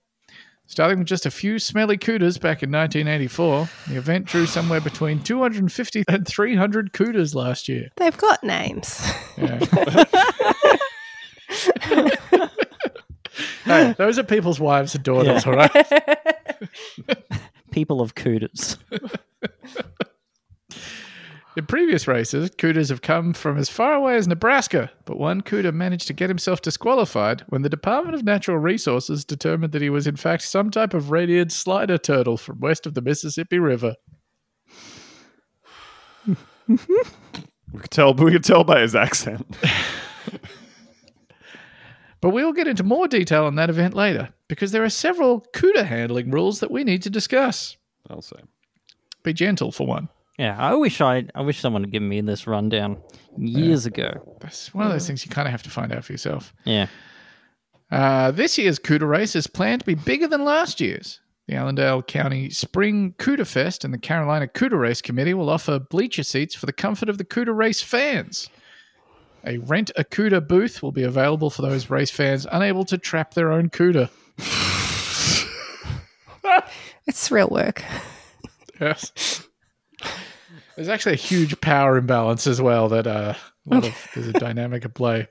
Speaker 1: Starting with just a few smelly cooters back in 1984, the event drew somewhere between 250 and 300 cooters last year.
Speaker 2: They've got names.
Speaker 1: Yeah. Hey, those are people's wives and daughters, all right?
Speaker 3: People of Cooters.
Speaker 1: In previous races, cooters have come from as far away as Nebraska, but one cooter managed to get himself disqualified when the Department of Natural Resources determined that he was, in fact, some type of radiated slider turtle from west of the Mississippi River.
Speaker 4: We could tell, we could tell by his accent.
Speaker 1: But we'll get into more detail on that event later, because there are several CUDA handling rules that we need to discuss.
Speaker 4: I'll say.
Speaker 1: Be gentle for one.
Speaker 3: Yeah, I wish I I wish someone had given me this rundown years ago.
Speaker 1: That's one of those things you kind of have to find out for yourself.
Speaker 3: Yeah.
Speaker 1: Uh, this year's CUDA race is planned to be bigger than last year's. The Allendale County Spring CUDA Fest and the Carolina CUDA Race Committee will offer bleacher seats for the comfort of the CUDA race fans. A rent a CUDA booth will be available for those race fans unable to trap their own CUDA.
Speaker 2: It's real work.
Speaker 1: Yes. There's actually a huge power imbalance as well that uh, a lot of, there's a dynamic at play.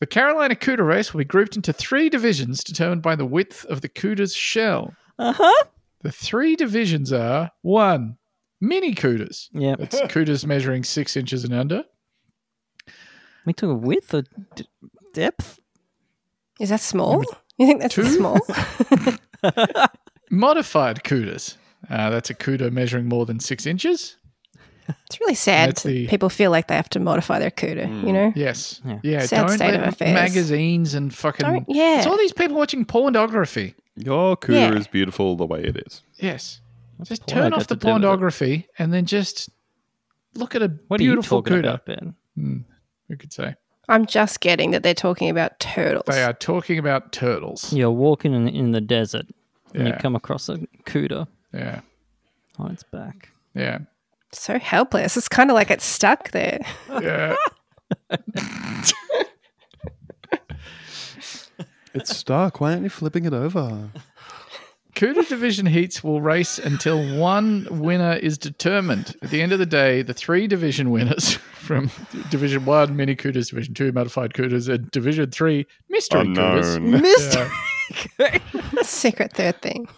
Speaker 1: The Carolina Cuda race will be grouped into three divisions determined by the width of the Cuda's shell.
Speaker 3: Uh-huh.
Speaker 1: The three divisions are one, mini Cudas.
Speaker 3: Yeah.
Speaker 1: That's Cudas measuring six inches and under.
Speaker 3: We took a width or d- depth?
Speaker 2: Is that small? You think that's
Speaker 1: Two?
Speaker 2: small?
Speaker 1: Modified Cudas. Uh, that's a Cuda measuring more than six inches.
Speaker 2: It's really sad.
Speaker 1: That's the-
Speaker 2: People feel like they have to modify their CUDA, you know?
Speaker 1: Yes.
Speaker 3: Yeah.
Speaker 2: Sad
Speaker 1: don't
Speaker 2: state
Speaker 1: let
Speaker 2: of affairs.
Speaker 1: magazines and fucking.
Speaker 2: Don't- yeah.
Speaker 1: It's all these people watching pornography.
Speaker 4: Your
Speaker 2: Yeah.
Speaker 4: cooter is beautiful the way it is.
Speaker 1: Yes. just
Speaker 3: porno
Speaker 1: turn
Speaker 3: got
Speaker 1: off the
Speaker 3: to do with it?
Speaker 1: pornography and then just look at a
Speaker 3: What are
Speaker 1: beautiful
Speaker 3: you talking
Speaker 1: cuda.
Speaker 3: about, Ben?
Speaker 1: We could say
Speaker 2: I'm just getting that they're talking about turtles.
Speaker 1: they are talking about turtles.
Speaker 3: You're walking in, in the desert and you
Speaker 1: Yeah.
Speaker 3: come across a cooter
Speaker 1: Yeah,
Speaker 3: on its back.
Speaker 1: yeah,
Speaker 2: So helpless. It's kind of like it's stuck there.
Speaker 1: yeah.
Speaker 5: It's stuck. Why aren't you flipping it over?
Speaker 1: Cuda division heats will race until one winner is determined. At the end of the day, the three division winners from Division One, Mini Cudas, Division Two, Modified Cudas, and Division Three, Mystery Cudas.
Speaker 4: Unknown.
Speaker 1: Yeah.
Speaker 2: Secret third thing.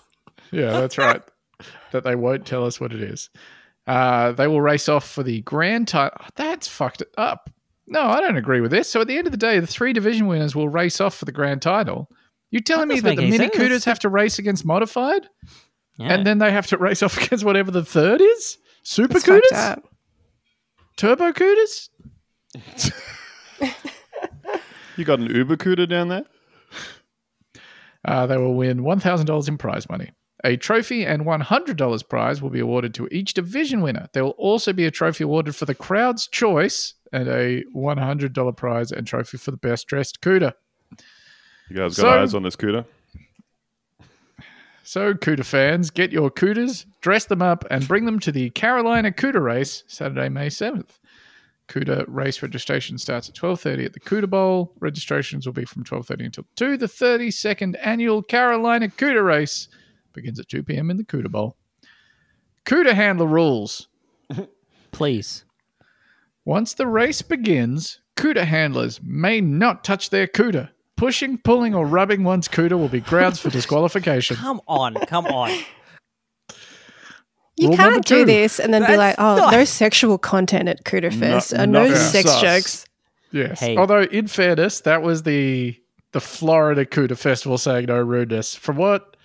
Speaker 1: Yeah, that's right. that they won't tell us what it is. Uh, they will race off for the grand title. That's fucked it up. No, I don't agree with this. So at the end of the day, the three division winners will race off for the grand title. You're telling me
Speaker 3: doesn't
Speaker 1: that the
Speaker 3: make any
Speaker 1: mini
Speaker 3: sense.
Speaker 1: cooters have to race against modified,
Speaker 3: Yeah.
Speaker 1: and then they have to race off against whatever the third is? Super
Speaker 2: It's fucked
Speaker 1: cooters,
Speaker 2: up.
Speaker 1: turbo cooters.
Speaker 4: You got an Uber cooter down there?
Speaker 1: Uh, they will win one thousand dollars in prize money. A trophy and one hundred dollars prize will be awarded to each division winner. There will also be a trophy awarded for the crowd's choice and a one hundred dollar prize and trophy for the best dressed cooter.
Speaker 4: You guys got
Speaker 1: So-
Speaker 4: eyes on this cooter?
Speaker 1: So, cooter fans, get your cooters, dress them up, and bring them to the Carolina Cooter Race Saturday, May seventh. Cooter race registration starts at twelve thirty at the Cooter Bowl. Registrations will be from twelve thirty until two. The thirty second annual Carolina Cooter Race begins at two p.m. in the Cooter Bowl. Cooter handler rules.
Speaker 3: Please.
Speaker 1: Once the race begins, CUDA handlers may not touch their CUDA. Pushing, pulling, or rubbing one's CUDA will be grounds for disqualification.
Speaker 3: Come on, come on.
Speaker 2: You
Speaker 1: Rule number
Speaker 2: can't do
Speaker 1: two.
Speaker 2: this and then be
Speaker 3: That's
Speaker 2: like, oh,
Speaker 3: not-
Speaker 2: no sexual content at Cuda Fest.
Speaker 4: No-
Speaker 2: uh, no
Speaker 4: nothing
Speaker 2: sex
Speaker 4: sus.
Speaker 2: jokes.
Speaker 1: Yes.
Speaker 3: Hey.
Speaker 1: Although, in fairness, that was the the Florida CUDA festival saying no rudeness. From what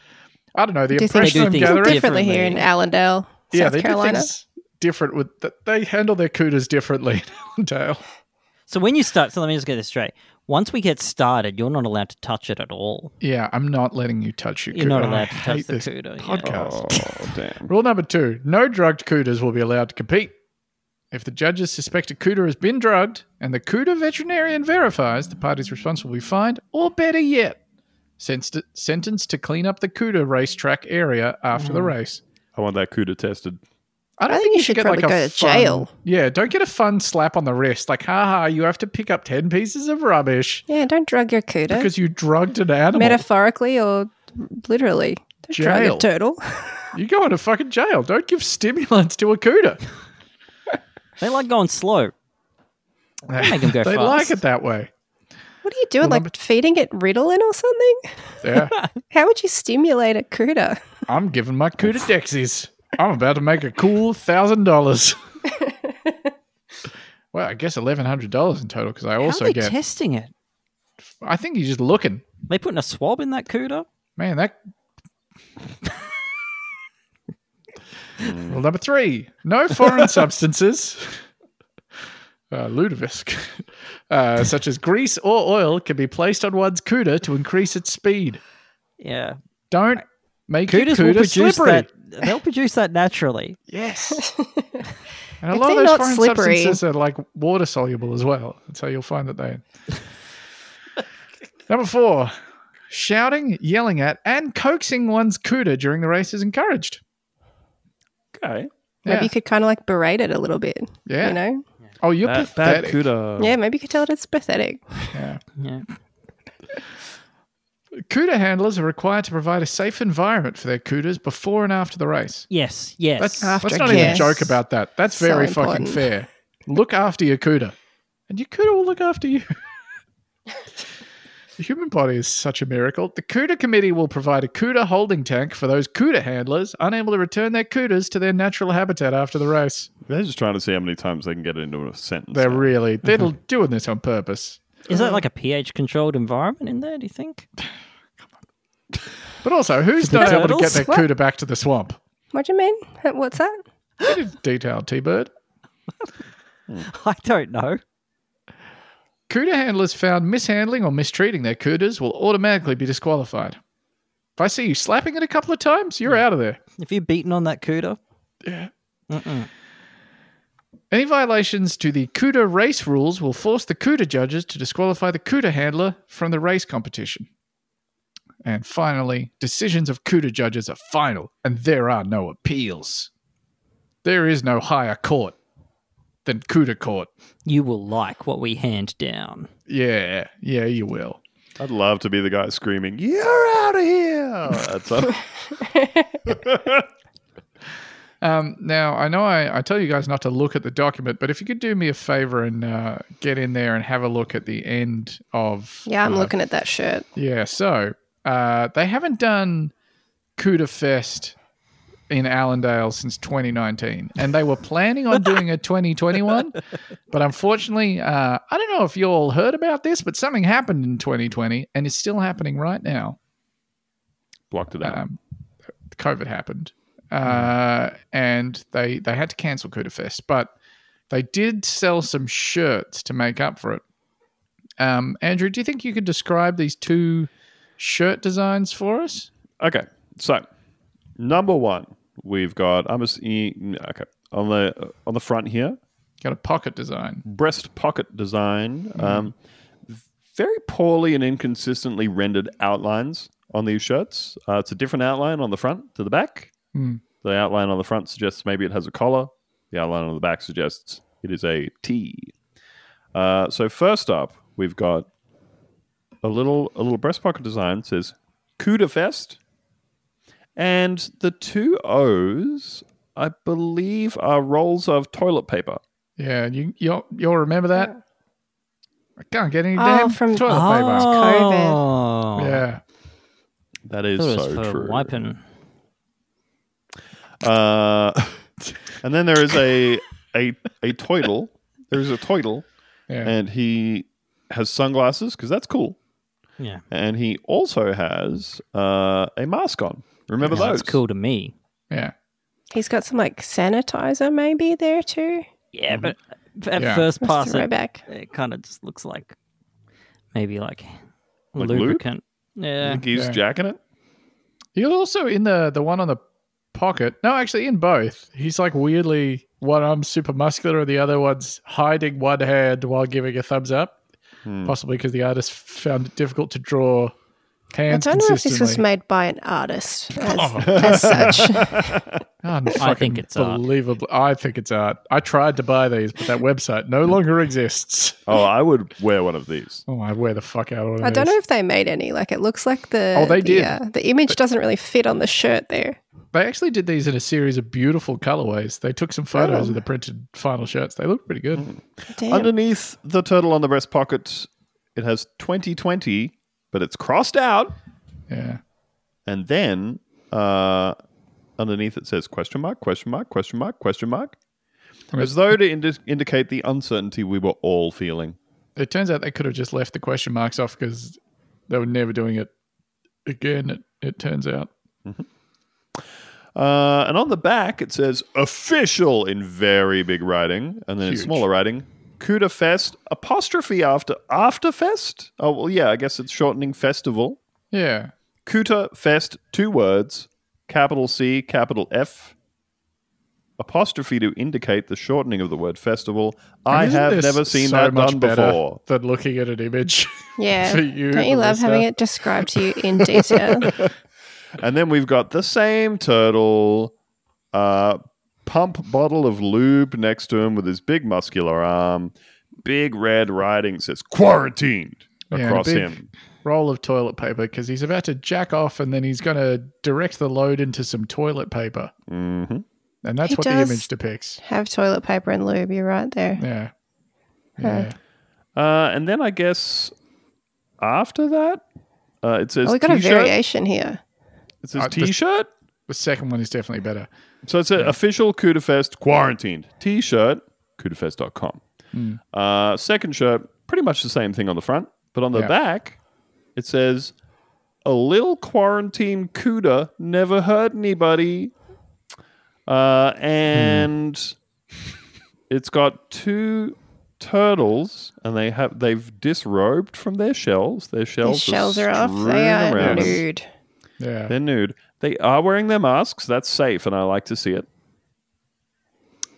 Speaker 1: I don't know, the
Speaker 2: Do things-
Speaker 3: They
Speaker 1: impression
Speaker 3: do
Speaker 1: I'm
Speaker 3: things
Speaker 1: gathering,
Speaker 2: Differently here in
Speaker 3: Differently.
Speaker 2: Allendale,
Speaker 1: yeah,
Speaker 2: South
Speaker 1: they do
Speaker 2: Carolina.
Speaker 1: things different with that. They handle their CUDAs differently. in Allendale.
Speaker 3: So when you start, so let me just get this straight. Once we get started, you're not allowed to touch it at all.
Speaker 1: Yeah, I'm not letting you touch your.
Speaker 3: You're not
Speaker 1: CUDA. I
Speaker 3: allowed to touch
Speaker 1: hate
Speaker 3: the
Speaker 1: this
Speaker 3: CUDA. yeah.
Speaker 1: Podcast.
Speaker 4: Oh, damn.
Speaker 1: Rule number two no drugged cooters will be allowed to compete. If the judges suspect a cooter has been drugged and the cooter veterinarian verifies, the parties responsible will be fined, or better yet, sensed- sentenced to clean up the cooter racetrack area after the race.
Speaker 4: I want that CUDA tested.
Speaker 1: I don't
Speaker 2: Mm. I
Speaker 1: think you should, get like
Speaker 2: probably
Speaker 1: a
Speaker 2: go to
Speaker 1: fun-
Speaker 2: jail.
Speaker 1: Yeah, don't get a fun slap on the wrist. Like, haha, you have to pick up 10 pieces of rubbish
Speaker 2: Yeah, don't drug your Cuda.
Speaker 1: because you drugged an animal.
Speaker 2: Metaphorically or literally. Don't drug
Speaker 1: Jail.
Speaker 2: a turtle.
Speaker 1: you go into fucking jail. Don't give stimulants to a cooter.
Speaker 3: They like going slow. make 'em go
Speaker 1: they like
Speaker 3: fast.
Speaker 1: it that way.
Speaker 2: What are you doing?
Speaker 1: Well,
Speaker 2: like
Speaker 1: number-
Speaker 2: feeding it Ritalin or something?
Speaker 1: Yeah.
Speaker 2: How would you stimulate a Cuda?
Speaker 1: I'm giving my coup to Dexies. I'm about to make a cool thousand dollars. Well, I guess eleven hundred dollars in total because I
Speaker 3: How are
Speaker 1: also
Speaker 3: they
Speaker 1: get.
Speaker 3: testing it?
Speaker 1: I think you're just looking,
Speaker 3: They putting a swab in that CUDA?
Speaker 1: man. That. Rule number three: no foreign substances, uh, ludovisk, uh, such as grease or oil, can be placed on one's cuda to increase its speed.
Speaker 3: Yeah.
Speaker 1: Don't make
Speaker 3: CUDAs
Speaker 1: your
Speaker 3: will
Speaker 1: cuda
Speaker 3: produce
Speaker 1: slippery.
Speaker 3: that. They'll produce that naturally.
Speaker 1: Yes. And a
Speaker 2: If
Speaker 1: lot of
Speaker 2: they're
Speaker 1: those
Speaker 2: not
Speaker 1: foreign
Speaker 2: slippery-
Speaker 1: substances are like water soluble as well. And so you'll find that they. Number four, shouting, yelling at, and coaxing one's cuda during the race is encouraged.
Speaker 4: Okay.
Speaker 1: Yeah.
Speaker 2: Maybe you could kind of like berate it a little bit.
Speaker 1: yeah.
Speaker 2: You know?
Speaker 1: Oh, you're
Speaker 4: That-
Speaker 5: Bad
Speaker 1: pathetic.
Speaker 5: CUDA.
Speaker 2: Yeah, maybe you could tell it it's pathetic.
Speaker 1: Yeah.
Speaker 3: Yeah.
Speaker 1: Cuda handlers are required to provide a safe environment for their cudas before and after the race.
Speaker 3: Yes. Yes.
Speaker 1: That's,
Speaker 2: After
Speaker 1: let's not even
Speaker 2: yes.
Speaker 1: joke about that. That's
Speaker 2: So
Speaker 1: very fucking
Speaker 2: important.
Speaker 1: fair. Look after your cuda, and your cuda will look after you. the human body is such a miracle. The cuda committee will provide a cuda holding tank for those cuda handlers unable to return their cudas to their natural habitat after the race.
Speaker 4: They're just trying to see how many times they can get it into a sentence.
Speaker 1: They're
Speaker 4: now.
Speaker 1: really they're doing this on purpose.
Speaker 3: Is that like a pH controlled environment in there? Do you think?
Speaker 1: But also, who's
Speaker 3: The
Speaker 1: not able to get
Speaker 3: turtles?
Speaker 1: their
Speaker 2: What?
Speaker 1: cuda back to the swamp?
Speaker 2: What do you mean? What's that?
Speaker 1: Bit of Detail, T Bird.
Speaker 3: I don't know.
Speaker 1: Cuda handlers found mishandling or mistreating their cudas will automatically be disqualified. If I see you slapping it a couple of times, you're out of there.
Speaker 3: If you're beaten on that CUDA,
Speaker 1: Any violations to the CUDA race rules will force the CUDA judges to disqualify the CUDA handler from the race competition. And finally, decisions of CUDA judges are final, and there are no appeals. There is no higher court than CUDA court.
Speaker 3: you will like what we hand down.
Speaker 1: Yeah, yeah, you will.
Speaker 4: I'd love to be the guy screaming, "You're out of here!" That's a-
Speaker 1: Um, now, I know I, I tell you guys not to look at the document, but if you could do me a favor and uh, get in there and have a look at the end of.
Speaker 2: Yeah, I'm
Speaker 1: uh,
Speaker 2: looking at that shirt.
Speaker 1: Yeah, so uh, they haven't done CUDA Fest in Allendale since 2019, and they were planning on doing a 2021, but unfortunately, uh, I don't know if you all heard about this, but something happened in 2020 and it's still happening right now
Speaker 4: blocked it out.
Speaker 1: um, COVID happened, uh, and they they had to cancel Cuda Fest, but they did sell some shirts to make up for it. Um, Andrew, do you think you could describe these two shirt designs for us?
Speaker 4: Okay, so number one, we've got I'm just okay on the on the front here,
Speaker 1: Got a pocket design.
Speaker 4: breast pocket design. Um, very poorly and inconsistently rendered outlines on these shirts. Uh, it's a different outline on the front to the back.
Speaker 1: Hmm.
Speaker 4: The outline on the front suggests maybe it has a collar. The outline on the back suggests it is a T. Uh, so first up, we've got a little a little breast pocket design It says Cuda Fest, and the two O's I believe are rolls of toilet paper.
Speaker 1: Yeah, you you'll, you'll remember that. I can't get any
Speaker 2: Oh,
Speaker 1: damn
Speaker 2: from-
Speaker 1: toilet
Speaker 2: Oh.
Speaker 1: paper. Yeah,
Speaker 4: That is
Speaker 3: Thought Oh. it was
Speaker 4: so
Speaker 3: for
Speaker 4: true.
Speaker 3: wiping.
Speaker 4: Uh, and then there is a a a toidle. There is a toidle,
Speaker 1: yeah.
Speaker 4: and he has sunglasses because that's cool.
Speaker 3: Yeah.
Speaker 4: And he also has uh, a mask on. Remember
Speaker 3: Yeah,
Speaker 4: those?
Speaker 3: That's cool to me.
Speaker 1: yeah.
Speaker 2: He's got some like sanitizer maybe there too.
Speaker 3: Yeah, but at
Speaker 1: Yeah.
Speaker 3: first
Speaker 2: That's
Speaker 3: pass,
Speaker 2: the
Speaker 3: it,
Speaker 2: back.
Speaker 3: it kind of just looks like maybe like,
Speaker 4: Like lube?
Speaker 3: lubricant.
Speaker 4: I
Speaker 3: Yeah.
Speaker 4: think he's
Speaker 1: Yeah.
Speaker 4: jacking it.
Speaker 1: He'll also in the the one on the pocket. No, actually, in both, he's like weirdly one arm's super muscular, and the other one's hiding one hand while giving a thumbs up.
Speaker 4: Hmm.
Speaker 1: Possibly because the artist found it difficult to draw
Speaker 2: I
Speaker 1: hands
Speaker 2: don't know if this was
Speaker 1: consistently. Oh.
Speaker 2: made by an artist as, as such.
Speaker 1: I think it's
Speaker 3: art.
Speaker 1: Ah, believable. I think it's art. I tried to buy these, but that website no longer exists.
Speaker 4: Oh, I would wear one of these.
Speaker 1: Oh, I wear the fuck out of it.
Speaker 2: I don't know if they made any. Like it looks like the
Speaker 1: Oh, they
Speaker 2: the,
Speaker 1: did.
Speaker 2: the image doesn't really fit on the shirt there.
Speaker 1: They actually did these in a series of beautiful colorways. They took some
Speaker 2: Oh.
Speaker 1: photos of the printed final shirts. They look pretty good.
Speaker 2: Damn.
Speaker 4: Underneath the turtle on the breast pocket, it has 2020, but it's crossed out.
Speaker 1: Yeah.
Speaker 4: And then uh, underneath it says question mark, question mark, question mark, question mark.
Speaker 1: Right.
Speaker 4: As though to indi- indicate the uncertainty we were all feeling.
Speaker 1: It turns out they could have just left the question marks off because they were never doing it again. It, it turns out.
Speaker 4: Uh, and on the back, it says official in very big writing. And then in
Speaker 1: Huge.
Speaker 4: smaller writing, CUDA Fest, apostrophe after after fest? Oh, well, yeah, I guess it's shortening festival.
Speaker 1: Yeah.
Speaker 4: CUDA Fest, two words, capital C, capital F, apostrophe to indicate the shortening of the word festival. I
Speaker 1: Isn't
Speaker 4: have
Speaker 1: this
Speaker 4: never seen
Speaker 1: so
Speaker 4: that
Speaker 1: much
Speaker 4: done
Speaker 1: better
Speaker 4: before.
Speaker 1: Than looking at an image.
Speaker 2: yeah.
Speaker 1: for you
Speaker 2: don't you
Speaker 1: and
Speaker 2: love
Speaker 1: the
Speaker 2: having
Speaker 1: stuff.
Speaker 2: it described to you in detail?
Speaker 4: And then we've got the same turtle, uh, pump bottle of lube next to him with his big muscular arm. Big red writing says quarantined
Speaker 1: Yeah, and a
Speaker 4: across
Speaker 1: big-
Speaker 4: him.
Speaker 1: Roll of toilet paper because he's about to jack off and then he's going to direct the load into some toilet paper.
Speaker 4: hmm
Speaker 1: And that's
Speaker 2: He
Speaker 1: what
Speaker 2: does.
Speaker 1: the image depicts.
Speaker 2: Have toilet paper and lube. You're right there.
Speaker 1: Yeah. Yeah.
Speaker 4: Uh, and then I guess after that, uh, it says
Speaker 2: Oh, we got a
Speaker 4: t-shirt.
Speaker 2: variation here.
Speaker 4: It says
Speaker 1: Uh, this-
Speaker 4: t-shirt.
Speaker 1: The second one is definitely better.
Speaker 4: So it's an official Kudafest quarantined t-shirt, kudafest.com. Uh, second shirt, pretty much the same thing on the front, but on the
Speaker 1: Yeah.
Speaker 4: back, it says, a little quarantine Kuda never hurt anybody. Uh, and it's got two turtles and they have they've disrobed from their shells their
Speaker 2: Their
Speaker 4: shells,
Speaker 2: shells are off. They
Speaker 4: strewn
Speaker 2: are
Speaker 4: around them.
Speaker 2: nude.
Speaker 1: Yeah.
Speaker 4: They're nude. They are wearing their masks. That's safe, and I like to see it.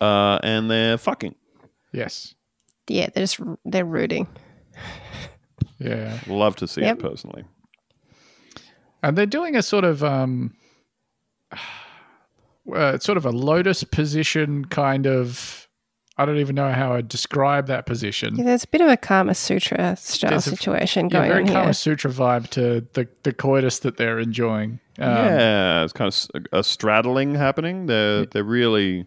Speaker 4: Uh, and they're fucking.
Speaker 1: yes.
Speaker 2: Yeah, they're just they're rooting.
Speaker 1: Mm. Yeah.
Speaker 4: Love to see
Speaker 2: Yep.
Speaker 4: it personally.
Speaker 1: And they're doing a sort of um uh, sort of a lotus position kind of I don't even know how I describe that position.
Speaker 2: Yeah, there's a bit of a Kama Sutra style
Speaker 1: There's a-
Speaker 2: situation
Speaker 1: Yeah,
Speaker 2: going
Speaker 1: very
Speaker 2: on here.
Speaker 1: Kama Sutra vibe to the, the coitus that they're enjoying. Um,
Speaker 4: yeah, it's kind of s- a, straddling happening. They're they're really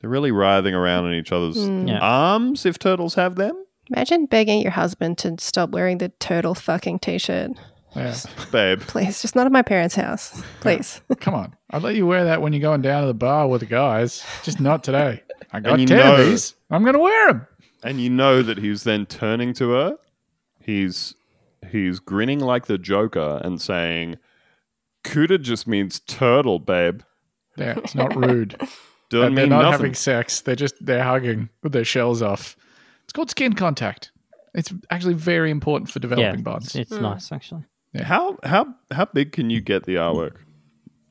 Speaker 4: they're really writhing around in each other's
Speaker 2: Mm. Hmm.
Speaker 3: Yeah.
Speaker 4: arms if turtles have them.
Speaker 2: Imagine begging your husband to stop wearing the turtle fucking t-shirt.
Speaker 1: yeah.
Speaker 4: Babe,
Speaker 2: Please, just not at my parents' house. Please.
Speaker 1: Come on. I'd let you wear that when you're going down to the bar with the guys. Just not today. I got 10
Speaker 4: you
Speaker 1: of
Speaker 4: know-
Speaker 1: these. I'm going to wear them.
Speaker 4: and you know that he's then turning to her. He's he's grinning like the Joker and saying, "Cuda just means turtle, babe.
Speaker 1: Yeah, it's not rude.
Speaker 4: Doesn't
Speaker 1: And they're
Speaker 4: mean
Speaker 1: not
Speaker 4: nothing."
Speaker 1: having sex. They're just they're hugging with their shells off. It's called skin contact. It's actually very important for
Speaker 3: Yeah.
Speaker 1: developing
Speaker 3: It's,
Speaker 1: bonds.
Speaker 3: it's nice, actually.
Speaker 4: How how how big can you get the artwork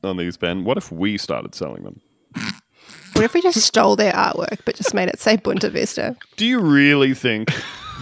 Speaker 4: on these, Ben? What if we started selling them?
Speaker 2: What if we just stole their artwork but just made it say Bunta Vista?
Speaker 4: Do you really think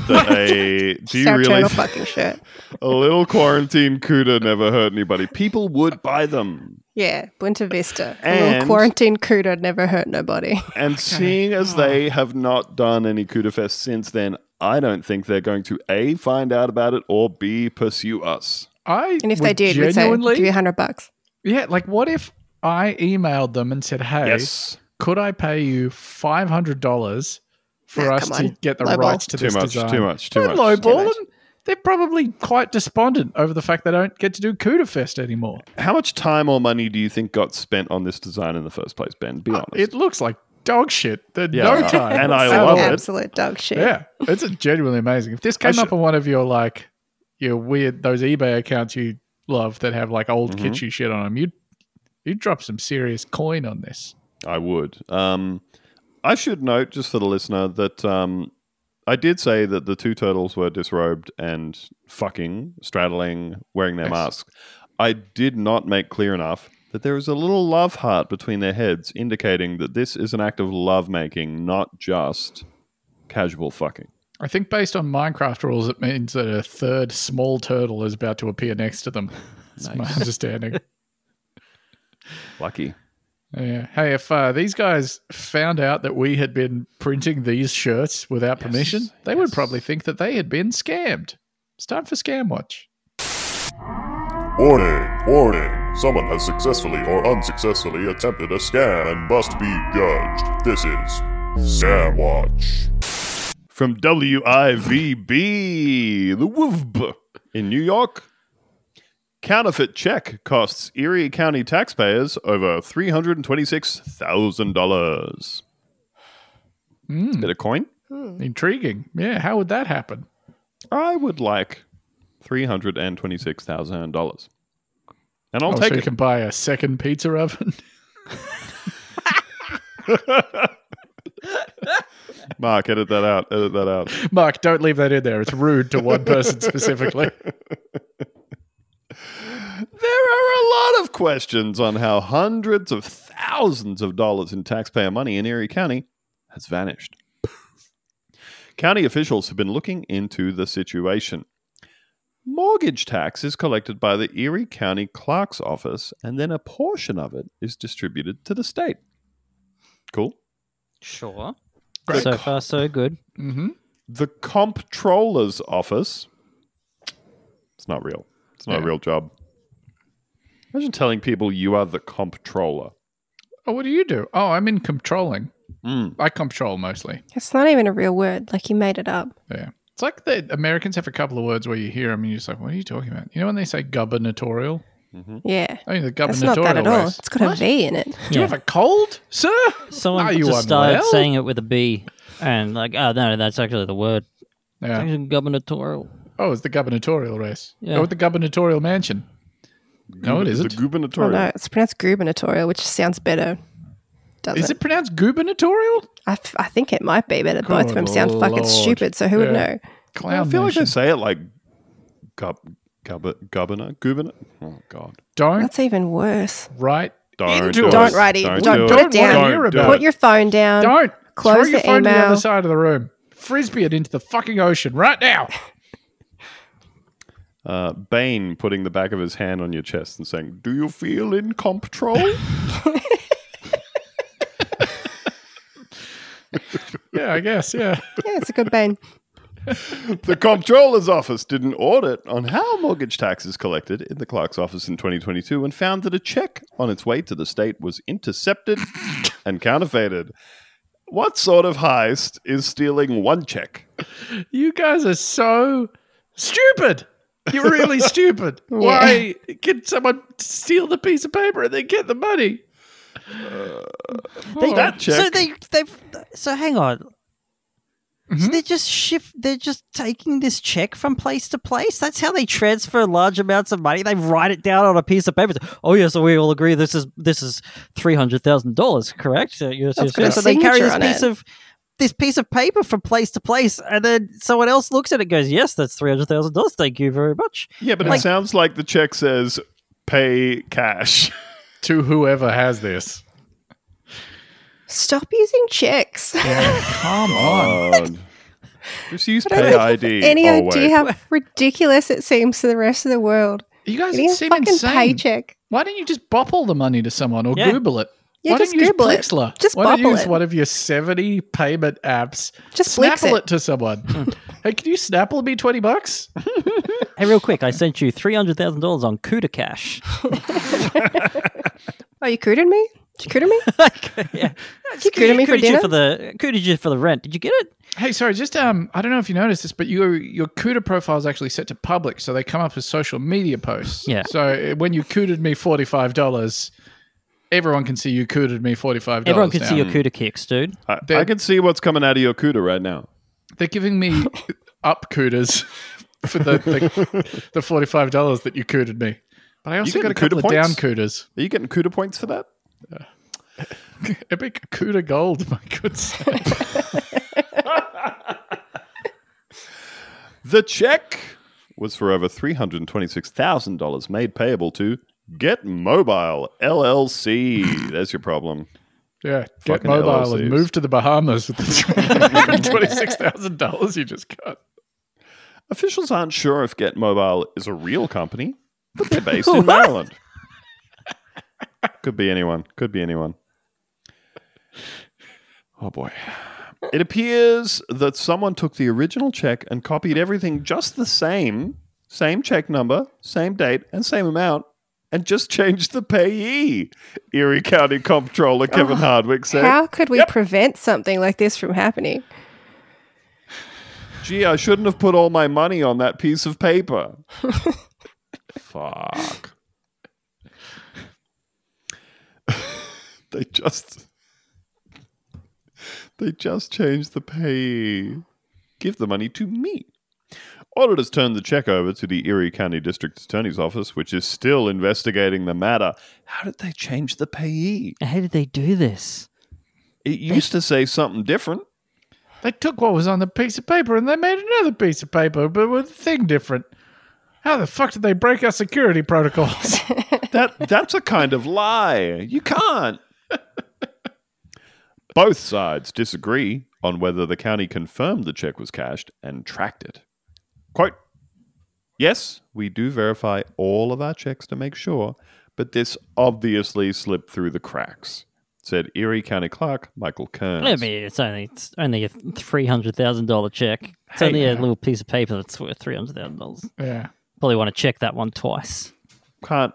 Speaker 4: that a do
Speaker 2: Just
Speaker 4: you
Speaker 2: our
Speaker 4: really
Speaker 2: turtle
Speaker 4: think
Speaker 2: fucking shirt.
Speaker 4: a little quarantine cuda never hurt anybody? People would buy them,
Speaker 2: Yeah, Bunta Vista. a
Speaker 4: And-
Speaker 2: little quarantine cruder never hurt nobody.
Speaker 4: and seeing
Speaker 1: Oh.
Speaker 4: as they have not done any cuda fest since then, I don't think they're going to a find out about it or b pursue us.
Speaker 1: I
Speaker 2: And if
Speaker 1: would
Speaker 2: they did, we'd say,
Speaker 1: genuinely,
Speaker 2: give you a hundred bucks.
Speaker 1: yeah, like what if I emailed them and said, "Hey,
Speaker 4: Yes,
Speaker 1: could I pay you five hundred dollars for
Speaker 2: Nah,
Speaker 1: us
Speaker 2: come
Speaker 1: to
Speaker 2: on.
Speaker 1: get the
Speaker 2: Lowball.
Speaker 1: rights to
Speaker 4: Too
Speaker 1: this
Speaker 4: much,
Speaker 1: design.
Speaker 4: too much, too
Speaker 1: Don't
Speaker 4: much,
Speaker 1: lowball
Speaker 2: Too much.
Speaker 1: them. They're probably quite despondent over the fact they don't get to do Cuda Fest anymore.
Speaker 4: How much time or money do you think got spent on this design in the first place, Ben? Be honest.
Speaker 1: Uh, It looks like dog shit. There's
Speaker 4: Yeah,
Speaker 1: no
Speaker 4: right.
Speaker 1: time.
Speaker 4: And I
Speaker 1: at
Speaker 4: love
Speaker 1: all.
Speaker 4: it.
Speaker 2: Absolute dog shit.
Speaker 1: Yeah, it's a genuinely amazing. If this came
Speaker 4: should-
Speaker 1: up on one of your like your weird those eBay accounts you love that have like old
Speaker 4: Mhm.
Speaker 1: kitschy shit on them, you'd you'd drop some serious coin on this.
Speaker 4: I would. Um, I should note, just for the listener, that um, I did say that the two turtles were disrobed and fucking, straddling, wearing their
Speaker 1: Yes.
Speaker 4: masks. I did not make clear enough that there is a little love heart between their heads, indicating that this is an act of lovemaking, not just casual fucking.
Speaker 1: I think based on Minecraft rules, it means that a third small turtle is about to appear next to them. That's my
Speaker 4: Nice.
Speaker 1: understanding.
Speaker 4: Lucky.
Speaker 1: Yeah. Hey, if uh, these guys found out that we had been printing these shirts without
Speaker 4: Yes,
Speaker 1: permission, they would
Speaker 4: yes.
Speaker 1: probably think that they had been scammed. It's time for Scam Watch.
Speaker 6: Warning, warning. Someone has successfully or unsuccessfully attempted a scam and must be judged. This is Sam Watch.
Speaker 4: From WIVB, the WIVB in New York. Counterfeit check costs Erie County taxpayers over $326,000.
Speaker 1: Mm,
Speaker 4: Bit of coin?
Speaker 1: intriguing. Yeah. How would that happen?
Speaker 4: I would like $326,000. And I'll
Speaker 1: Oh,
Speaker 4: take
Speaker 1: so you
Speaker 4: it.
Speaker 1: can buy a second pizza oven.
Speaker 4: Mark, edit that out. Edit that out.
Speaker 1: Mark, don't leave that in there. It's rude to one person specifically.
Speaker 4: There are a lot of questions on how hundreds of thousands of dollars in taxpayer money in Erie County has vanished. County officials have been looking into the situation. Mortgage tax is collected by the Erie County Clerk's Office, and then a portion of it is distributed to the state. Cool.
Speaker 3: Sure.
Speaker 1: Great.
Speaker 3: So far, so good.
Speaker 1: hmm
Speaker 4: The Comptroller's Office. It's not real. It's not a
Speaker 1: Yeah.
Speaker 4: real job. Imagine telling people you are the Comptroller.
Speaker 1: Oh, what do you do? Oh, I'm in controlling.
Speaker 4: Mm.
Speaker 1: I control mostly.
Speaker 2: It's not even a real word. Like you made it up.
Speaker 1: Yeah. It's like the Americans have a couple of words where you hear them and you're just like, what are you talking about? You know when they say gubernatorial?
Speaker 4: Mm.
Speaker 2: Yeah.
Speaker 1: I mean, the
Speaker 2: That's not
Speaker 1: gubernatorial
Speaker 2: that at all.
Speaker 1: race.
Speaker 2: It's got a V in it.
Speaker 1: Do you
Speaker 3: Yeah.
Speaker 1: have a cold, sir?
Speaker 3: Someone
Speaker 1: Are you
Speaker 3: just started
Speaker 1: unwell?
Speaker 3: saying it with a B, and like, oh no, that's actually the word. It's
Speaker 1: Yeah.
Speaker 3: actually gubernatorial.
Speaker 1: Oh, it's the gubernatorial race.
Speaker 3: Yeah.
Speaker 1: Oh, with the gubernatorial mansion. No, it
Speaker 4: The
Speaker 1: isn't.
Speaker 2: Oh
Speaker 4: gubernatorial.
Speaker 2: no, it's pronounced gubernatorial, which sounds better. Does
Speaker 1: Is
Speaker 2: it?
Speaker 1: it pronounced gubernatorial?
Speaker 2: I, f- I think it might be, but both of them
Speaker 1: Good
Speaker 2: sound fucking
Speaker 1: lord.
Speaker 2: stupid. So who would
Speaker 1: Yeah.
Speaker 2: know?
Speaker 1: Clown
Speaker 4: I feel like
Speaker 1: nation.
Speaker 4: they say it like gub, gub, governor, governor. Oh God!
Speaker 1: Don't
Speaker 2: That's even worse.
Speaker 1: write.
Speaker 4: Don't
Speaker 1: Into
Speaker 4: do
Speaker 1: it.
Speaker 4: it.
Speaker 2: Don't write it. Don't
Speaker 4: do
Speaker 2: put it down.
Speaker 4: Don't
Speaker 1: Hear
Speaker 4: do
Speaker 1: about
Speaker 2: Put
Speaker 1: it.
Speaker 2: your phone down.
Speaker 1: Uh, Don't
Speaker 2: Close
Speaker 1: throw your
Speaker 2: the
Speaker 1: phone to the
Speaker 2: email.
Speaker 1: other side of the room. Frisbee it into the fucking ocean right now.
Speaker 4: Uh, Bane putting the back of his hand on your chest and saying, "Do you feel in control?"
Speaker 1: yeah, I guess. Yeah.
Speaker 2: Yeah, it's a good bane.
Speaker 4: the comptroller's office did an audit on how mortgage tax is collected in the clerk's office in 2022 and found that a check on its way to the state was intercepted and counterfeited. What sort of heist is stealing one check?
Speaker 1: You guys are so stupid. You're really stupid. Why can someone steal the piece of paper and then get the money?
Speaker 3: They-
Speaker 4: That check.
Speaker 3: So they they so hang on.
Speaker 2: Mm-hmm.
Speaker 3: So they're just shift. They're just taking this check from place to place. That's how they transfer large amounts of money. They write it down on a piece of paper. Oh yeah, so we all agree this is this is three hundred thousand dollars, correct? Uh, yes, yes,
Speaker 2: got a
Speaker 3: yes. So they carry
Speaker 2: signature
Speaker 3: this
Speaker 2: on
Speaker 3: piece
Speaker 2: it.
Speaker 3: of this piece of paper from place to place, and then someone else looks at it, and goes, "Yes, that's three hundred thousand dollars. Thank you very much."
Speaker 4: Yeah, but
Speaker 3: Like-
Speaker 4: it sounds like the check says pay cash.
Speaker 1: To whoever has this.
Speaker 2: Stop using checks.
Speaker 1: Come on.
Speaker 4: Just use
Speaker 2: don't
Speaker 4: pay ID.
Speaker 2: Any
Speaker 4: Oh,
Speaker 2: idea
Speaker 4: wait.
Speaker 2: how ridiculous it seems to the rest of the world?
Speaker 1: You guys
Speaker 2: Getting a
Speaker 1: seem
Speaker 2: fucking
Speaker 1: insane.
Speaker 2: paycheck.
Speaker 1: Why don't you just bop all the money to someone or
Speaker 3: Yeah.
Speaker 1: Google it?
Speaker 2: Yeah,
Speaker 1: Why
Speaker 2: just
Speaker 1: don't you
Speaker 2: Google it.
Speaker 1: use Plexler?
Speaker 2: Just
Speaker 1: Why don't you
Speaker 2: Bopple
Speaker 1: use
Speaker 2: it.
Speaker 1: one of your 70 payment apps?
Speaker 2: Just Blix
Speaker 1: Snapple it.
Speaker 2: it.
Speaker 1: to
Speaker 3: Hmm.
Speaker 1: someone. hey, can you Snapple me 20 bucks?
Speaker 3: Hey, real quick, I sent you three hundred thousand dollars on Kuda Cash.
Speaker 2: Oh, you cooted me? Did you cooted me?
Speaker 3: Like, yeah.
Speaker 2: Scooter me for
Speaker 3: Cootie Jew
Speaker 2: dinner?
Speaker 3: for the cootie Jew for the rent. Did you get it?
Speaker 1: Hey, sorry, just um, I don't know if you noticed this, but your your CUDA profile is actually set to public, so they come up as social media posts.
Speaker 3: Yeah.
Speaker 1: So uh, when you CUDA'd me forty five dollars, everyone can see you CUDA'd me forty five dollars.
Speaker 3: Everyone could see your cooter kicks, dude.
Speaker 4: I,
Speaker 1: They're-
Speaker 4: I can see what's coming out of your cooter right now.
Speaker 1: They're giving me up CUDAs for the the, the forty five dollars that you CUDA'd me. But I also
Speaker 4: getting
Speaker 1: got a couple
Speaker 4: CUDA
Speaker 1: of down
Speaker 4: points?
Speaker 1: CUDAs.
Speaker 4: Are you getting cooter points for that?
Speaker 1: Epic CUDA gold, my good sir.
Speaker 4: The check was for over $326,000 made payable to Get Mobile LLC. There's your problem.
Speaker 1: Yeah, get
Speaker 4: Fucking
Speaker 1: mobile
Speaker 4: LLCs.
Speaker 1: and move to the Bahamas with the $26,000 you just got.
Speaker 4: Officials aren't sure if Get Mobile is a real company, but they're based in Maryland. Could be anyone. Could be anyone. Oh boy. It appears that someone took the original check and copied everything just the same, same check number, same date, and same amount, and just changed the payee. Erie County Comptroller Kevin Hardwick said.
Speaker 2: How could we prevent something like this from happening?
Speaker 4: Gee, I shouldn't have put all my money on that piece of paper. Fuck. they just They just changed the pay. Give the money to me. Auditors turned the check over to the Erie County District Attorney's Office, which is still investigating the matter. How did they change the payee?
Speaker 3: How did they do this?
Speaker 4: It used to say something different.
Speaker 1: They took what was on the piece of paper and they made another piece of paper, but with a thing different. How the fuck did they break our security protocols?
Speaker 4: that that's a kind of lie. You can't. Both sides disagree on whether the county confirmed the check was cashed and tracked it. Quote Yes, we do verify all of our checks to make sure, but this obviously slipped through the cracks, said Erie County Clerk Michael Kearns.
Speaker 3: I mean, it's only it's only a three hundred thousand dollar check. It's
Speaker 1: Hey,
Speaker 3: only a
Speaker 1: uh,
Speaker 3: little piece of paper that's worth three hundred thousand dollars.
Speaker 1: yeah.
Speaker 3: Probably want to check that one twice.
Speaker 4: Can't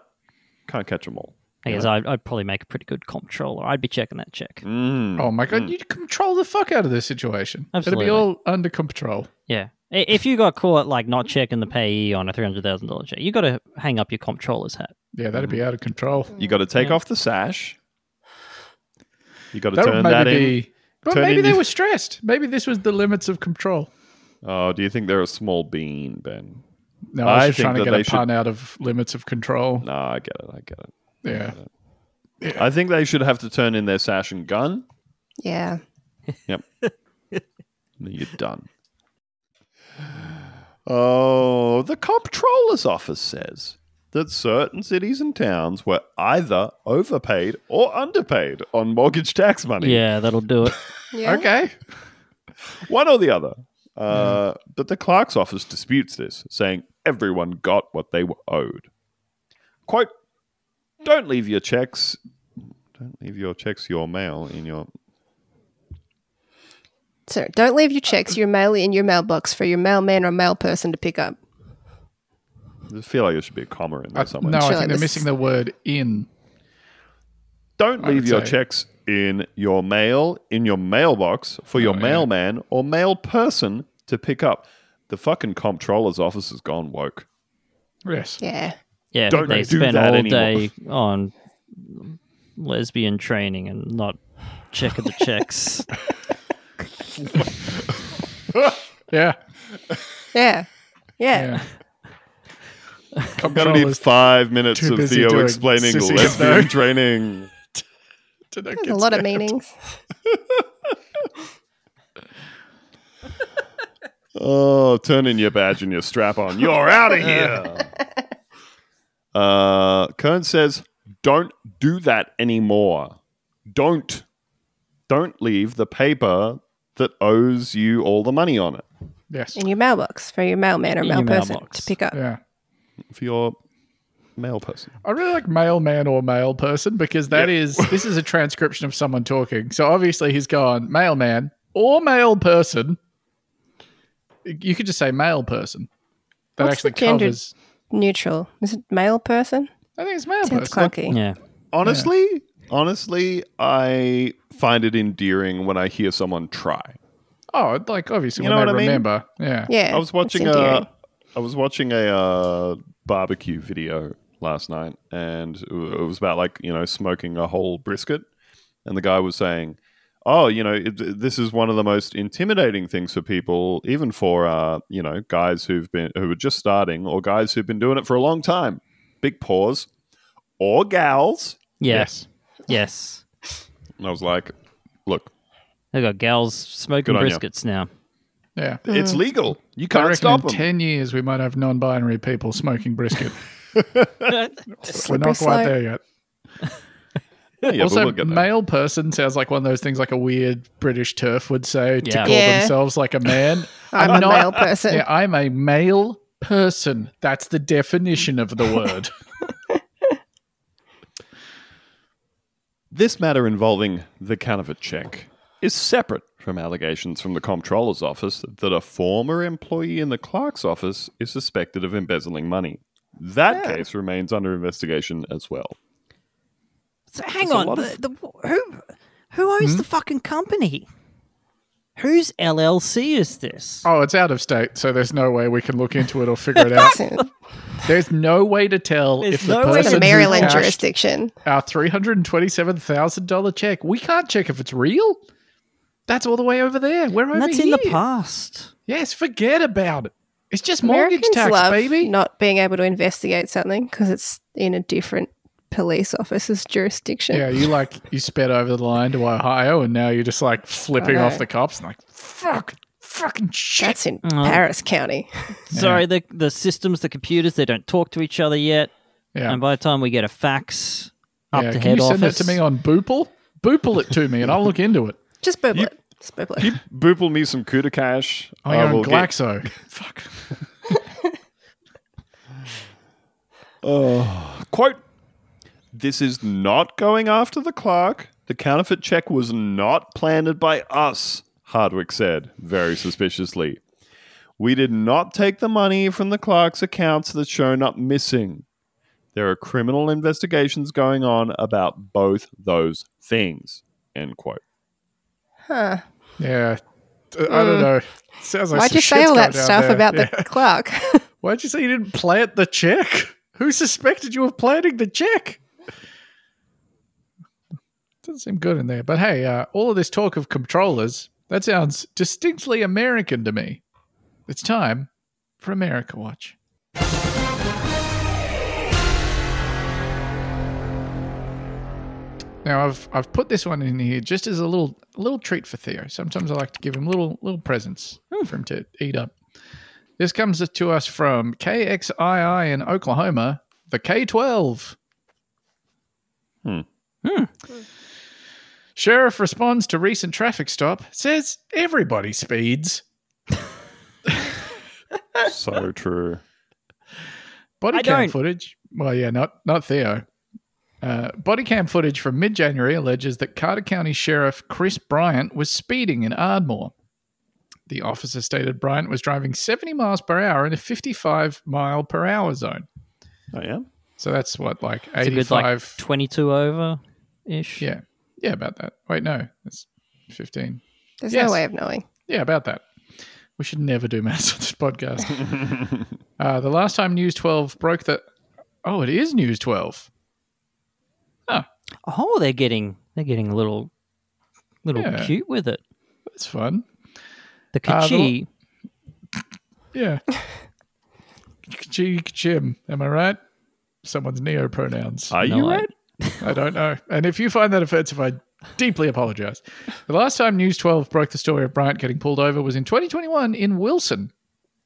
Speaker 4: can't catch them all.
Speaker 3: I guess I'd, I'd probably make a pretty good comptroller. I'd be checking that check.
Speaker 4: Mm.
Speaker 1: Oh my god, you'd control the fuck out of this situation.
Speaker 3: Absolutely.
Speaker 1: It'd be all under control.
Speaker 3: Yeah. I- If you got caught like not checking the payee on a three hundred thousand dollar check, you got to hang up your comptroller's hat.
Speaker 1: Yeah, that'd be out of control.
Speaker 4: You got to take
Speaker 3: Yeah.
Speaker 4: off the sash. You got to
Speaker 1: That
Speaker 4: turn
Speaker 1: would
Speaker 4: that
Speaker 1: maybe
Speaker 4: in.
Speaker 1: be. But
Speaker 4: Turn
Speaker 1: maybe
Speaker 4: in
Speaker 1: they
Speaker 4: your-
Speaker 1: were stressed. Maybe this was the limits of control.
Speaker 4: Oh, do you think they're a small bean, Ben?
Speaker 1: No, I was
Speaker 4: I
Speaker 1: just
Speaker 4: think
Speaker 1: trying to
Speaker 4: that
Speaker 1: get a
Speaker 4: they should-
Speaker 1: pun out of limits of control.
Speaker 4: No, I get it. I get it.
Speaker 1: Yeah.
Speaker 4: I think they should have to turn in their sash and gun.
Speaker 2: Yeah.
Speaker 4: and then You're done. Oh, the comptroller's office says that certain cities and towns were either overpaid or underpaid on mortgage tax money.
Speaker 3: Yeah, that'll do it.
Speaker 2: Yeah.
Speaker 1: Okay.
Speaker 4: One or the other. Uh, But the clerk's office disputes this, saying everyone got what they were owed. Quote, don't leave your checks, don't leave your checks, your mail in your
Speaker 2: So don't leave your checks, your mail in your mailbox for your mailman or mail person to pick up.
Speaker 4: I feel like there should be a comma in
Speaker 1: I-
Speaker 4: there somewhere.
Speaker 1: no, I
Speaker 2: Sure,
Speaker 1: think they're
Speaker 2: this-
Speaker 1: missing the word in.
Speaker 4: Don't
Speaker 1: I
Speaker 4: leave
Speaker 1: would
Speaker 4: your
Speaker 1: say-
Speaker 4: checks in your mail, in your mailbox for your
Speaker 1: Oh, yeah.
Speaker 4: mailman or mail person to pick up. The fucking comptroller's office has gone woke.
Speaker 1: Yes.
Speaker 2: Yeah.
Speaker 3: Yeah,
Speaker 4: Don't
Speaker 3: they
Speaker 4: do
Speaker 3: spend
Speaker 4: that
Speaker 3: all
Speaker 4: anymore.
Speaker 3: day on lesbian training and not checking the checks.
Speaker 1: Yeah.
Speaker 2: Yeah. Yeah.
Speaker 1: Yeah.
Speaker 4: I'm gonna need
Speaker 1: Controllers
Speaker 4: five minutes
Speaker 1: too
Speaker 4: of
Speaker 1: busy
Speaker 4: Theo
Speaker 1: doing
Speaker 4: explaining
Speaker 1: sissy
Speaker 4: lesbian
Speaker 1: stuff.
Speaker 4: training.
Speaker 1: to the
Speaker 2: There's a
Speaker 1: kids.
Speaker 2: lot of meanings.
Speaker 4: Oh, turn in your badge and your strap on. You're out of here. uh, Kern says, don't do that anymore. Don't. Don't leave the paper that owes you all the money on it
Speaker 1: Yes.
Speaker 2: In your mailbox for your mailman or
Speaker 3: In your
Speaker 2: mail person
Speaker 3: mailbox.
Speaker 2: to pick up.
Speaker 1: Yeah.
Speaker 4: for your mail person.
Speaker 1: I really like mailman or mail person because that is this is a transcription of someone talking. So obviously he's gone mailman or mail person. You could just say mail person. That
Speaker 2: What's
Speaker 1: actually
Speaker 2: the gendered-
Speaker 1: covers.
Speaker 2: Neutral. Is it mail person?
Speaker 1: I think it's mail
Speaker 2: Sounds
Speaker 1: person.
Speaker 2: clunky.
Speaker 3: yeah.
Speaker 4: Honestly, honestly, I find it endearing when I hear someone try.
Speaker 1: Oh, like obviously
Speaker 4: You
Speaker 1: when
Speaker 4: know
Speaker 1: they
Speaker 4: what I mean?
Speaker 1: remember. Yeah.
Speaker 2: Yeah.
Speaker 4: I was
Speaker 2: it's
Speaker 4: watching uh,
Speaker 2: endearing.
Speaker 4: a, I was watching a uh, barbecue video last night, and it wa- it was about like you know smoking a whole brisket, and the guy was saying, "Oh, you know, it, this is one of the most intimidating things for people, even for uh, you know guys who've been who are just starting or guys who've been doing it for a long time." Big pause, or gals.
Speaker 3: Yes. Yes.
Speaker 4: And I was like, "Look,
Speaker 3: They got gals smoking
Speaker 4: Good on ya.
Speaker 3: briskets now.
Speaker 1: Yeah.
Speaker 4: it's legal. You
Speaker 1: Mm. I
Speaker 4: can't
Speaker 1: reckon
Speaker 4: stop
Speaker 1: in
Speaker 4: them."
Speaker 1: ten years we might have non-binary people smoking brisket. We're
Speaker 2: Slippery
Speaker 1: not quite
Speaker 2: slope.
Speaker 1: there yet.
Speaker 4: Yeah, but
Speaker 1: also,
Speaker 4: we'll get there.
Speaker 1: male person sounds like one of those things like a weird British turf would say to
Speaker 3: Yeah.
Speaker 1: call
Speaker 2: Yeah.
Speaker 1: themselves like a man.
Speaker 2: I'm,
Speaker 1: I'm
Speaker 2: a
Speaker 1: not-
Speaker 2: male person.
Speaker 1: yeah, I'm a male person. That's the definition of the word.
Speaker 4: This matter involving the Canova check is separate from allegations from the Comptroller's office that a former employee in the clerk's office is suspected of embezzling money. That case remains under investigation as well.
Speaker 7: So hang
Speaker 4: There's a
Speaker 7: on,
Speaker 4: lot
Speaker 7: the,
Speaker 4: of-
Speaker 7: the, who who
Speaker 3: Hmm?
Speaker 7: owns the fucking company?
Speaker 3: Whose LLC is this?
Speaker 1: Oh, it's out of state, so there's no way we can look into it or figure it out. There's no way to tell
Speaker 3: There's
Speaker 1: if the
Speaker 3: no way to-
Speaker 2: It's
Speaker 1: person
Speaker 2: a
Speaker 1: who
Speaker 2: Maryland
Speaker 1: cashed
Speaker 2: jurisdiction.
Speaker 1: our three hundred and twenty-seven thousand dollar check. We can't check if it's real. That's all the way over there. We're over
Speaker 3: And that's
Speaker 1: here.
Speaker 3: in the past.
Speaker 1: Yes, forget about it. It's just mortgage
Speaker 2: Americans
Speaker 1: tax,
Speaker 2: love
Speaker 1: baby.
Speaker 2: not being able to investigate something because it's in a different police officer's jurisdiction.
Speaker 1: Yeah, you like you sped over the line to Ohio, and now you're just like flipping
Speaker 2: I know.
Speaker 1: off the cops and like fuck, fucking shit.
Speaker 2: That's in Paris County.
Speaker 3: Sorry, the the systems, the computers, they don't talk to each other yet.
Speaker 1: Yeah,
Speaker 3: And by the time we get a fax up
Speaker 1: yeah.
Speaker 3: to
Speaker 1: Can
Speaker 3: head
Speaker 1: you
Speaker 3: office,
Speaker 1: send that to me on Boople? Boople it to me, and I'll look into it.
Speaker 2: Just booble it. Just booble it.
Speaker 4: You boople me some CUDA cash.
Speaker 1: I
Speaker 4: I
Speaker 1: own
Speaker 4: will get-
Speaker 1: Oh, Glaxo. fuck.
Speaker 4: Quote This is not going after the clerk. The counterfeit check was not planted by us, Hardwick said, very suspiciously. We did not take the money from the clerk's accounts that's shown up missing. There are criminal investigations going on about both those things. End quote.
Speaker 2: Huh.
Speaker 1: Yeah, Uh, I don't know. Sounds like
Speaker 2: Why'd
Speaker 1: some
Speaker 2: you say
Speaker 1: shit's
Speaker 2: all that
Speaker 1: going down
Speaker 2: stuff
Speaker 1: there.
Speaker 2: about
Speaker 1: Yeah.
Speaker 2: the clerk?
Speaker 1: Why'd you say you didn't plant the check? Who suspected you of planting the check? Doesn't seem good in there. But hey, uh, all of this talk of controllers, that sounds distinctly American to me. It's time for America Watch. Now I've I've put this one in here just as a little little treat for Theo. Sometimes I like to give him little little presents for him to eat up. This comes to us from KXII in Oklahoma, the K12.
Speaker 4: Hmm.
Speaker 3: Hmm.
Speaker 1: Sheriff responds to recent traffic stop, says everybody speeds.
Speaker 4: So true.
Speaker 1: Body
Speaker 3: I
Speaker 1: cam
Speaker 3: don't.
Speaker 1: footage. Well, yeah, not not Theo. Uh, body cam footage from mid-January alleges that Carter County Sheriff Chris Bryant was speeding in Ardmore. The officer stated Bryant was driving 70 miles per hour in a 55 mile per hour zone.
Speaker 4: Oh, yeah?
Speaker 1: So that's what, like
Speaker 3: it's a
Speaker 1: 85.
Speaker 3: good like twenty-two over ish.
Speaker 1: Yeah. Yeah, about that. Wait, no, that's 15.
Speaker 2: There's
Speaker 1: Yes.
Speaker 2: no way of knowing.
Speaker 1: Yeah, about that. We should never do maths on this podcast. uh, the last time News 12 broke the. Oh, it is News 12.
Speaker 3: Oh, they're getting they're getting a little little
Speaker 1: Yeah.
Speaker 3: cute with it.
Speaker 1: That's fun.
Speaker 3: The
Speaker 1: Uh, the-
Speaker 3: Kachi.
Speaker 1: Yeah. Jig Jim, am I right? Someone's neo pronouns.
Speaker 4: Are you
Speaker 3: No, I-
Speaker 4: right?
Speaker 1: I don't know. And if you find that offensive, I deeply apologize. The last time News 12 broke the story of Bryant getting pulled over was in 2021 in Wilson.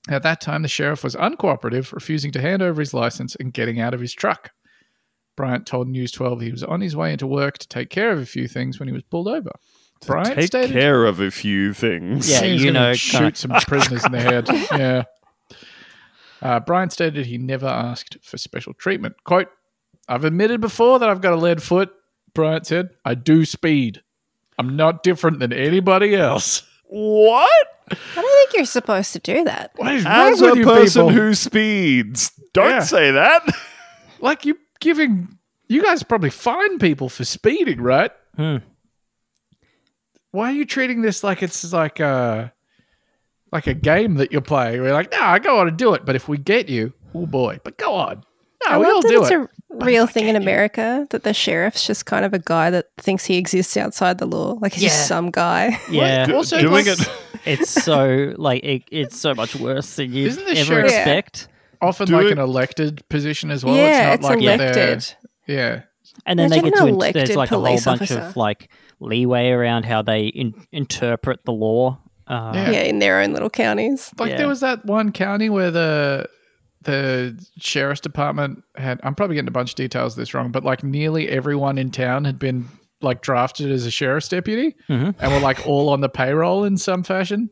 Speaker 1: At that time, the sheriff was uncooperative, refusing to hand over his license and getting out of his truck. Bryant told News 12 he was on his way into work to take care of a few things when he was pulled over. Bryant
Speaker 4: Take
Speaker 1: stated,
Speaker 4: care of a few things.
Speaker 3: Yeah,
Speaker 1: he was
Speaker 3: you
Speaker 1: gonna
Speaker 3: know,
Speaker 1: shoot
Speaker 3: kinda-
Speaker 1: some prisoners in the head. Yeah. Uh, Brian stated he never asked for special treatment. Quote, I've admitted before that I've got a lead foot, Bryant said. I do speed. I'm not different than anybody else.
Speaker 4: What?
Speaker 2: I don't think you're supposed to do that.
Speaker 1: What is wrong
Speaker 4: As
Speaker 1: with
Speaker 4: a
Speaker 1: you
Speaker 4: person
Speaker 1: people?
Speaker 4: who speeds, don't
Speaker 1: Yeah.
Speaker 4: say that.
Speaker 1: like you giving You guys probably fine people for speeding, right?
Speaker 3: Hmm.
Speaker 1: Why are you treating this like it's like a like a game that you're playing? We're like, no, I go on and do it, but if we get you, oh boy, but go on.
Speaker 2: I
Speaker 1: No, we'll
Speaker 2: love that
Speaker 1: do
Speaker 2: it's
Speaker 1: it.
Speaker 2: a real thing in America that the sheriff's just kind of a guy that thinks he exists outside the law. Like he's
Speaker 7: Yeah.
Speaker 2: just some guy.
Speaker 3: Yeah,
Speaker 4: Do-
Speaker 1: also
Speaker 4: doing
Speaker 1: it's-
Speaker 4: it
Speaker 3: it's so like it, it's so much worse than you
Speaker 1: Isn't the
Speaker 3: ever
Speaker 1: sheriff-
Speaker 3: expect.
Speaker 1: Often
Speaker 4: Do
Speaker 1: like
Speaker 4: it-
Speaker 1: an elected position as well.
Speaker 2: yeah,
Speaker 1: it's
Speaker 2: it's,
Speaker 1: not like that they're-
Speaker 2: elected.
Speaker 1: Yeah.
Speaker 3: And then
Speaker 2: Imagine
Speaker 3: they get to
Speaker 2: an
Speaker 3: in- there's
Speaker 2: elected
Speaker 3: like a whole
Speaker 2: police
Speaker 3: bunch
Speaker 2: officer.
Speaker 3: of like leeway around how they in- interpret the law. Uh,
Speaker 1: Yeah.
Speaker 2: Yeah. in their own little counties.
Speaker 1: Like
Speaker 3: Yeah.
Speaker 1: there was that one county where the the sheriff's department had I'm probably getting a bunch of details of this wrong, but like nearly everyone in town had been like drafted as a sheriff's deputy
Speaker 3: Mhm.
Speaker 1: and were like all on the payroll in some fashion.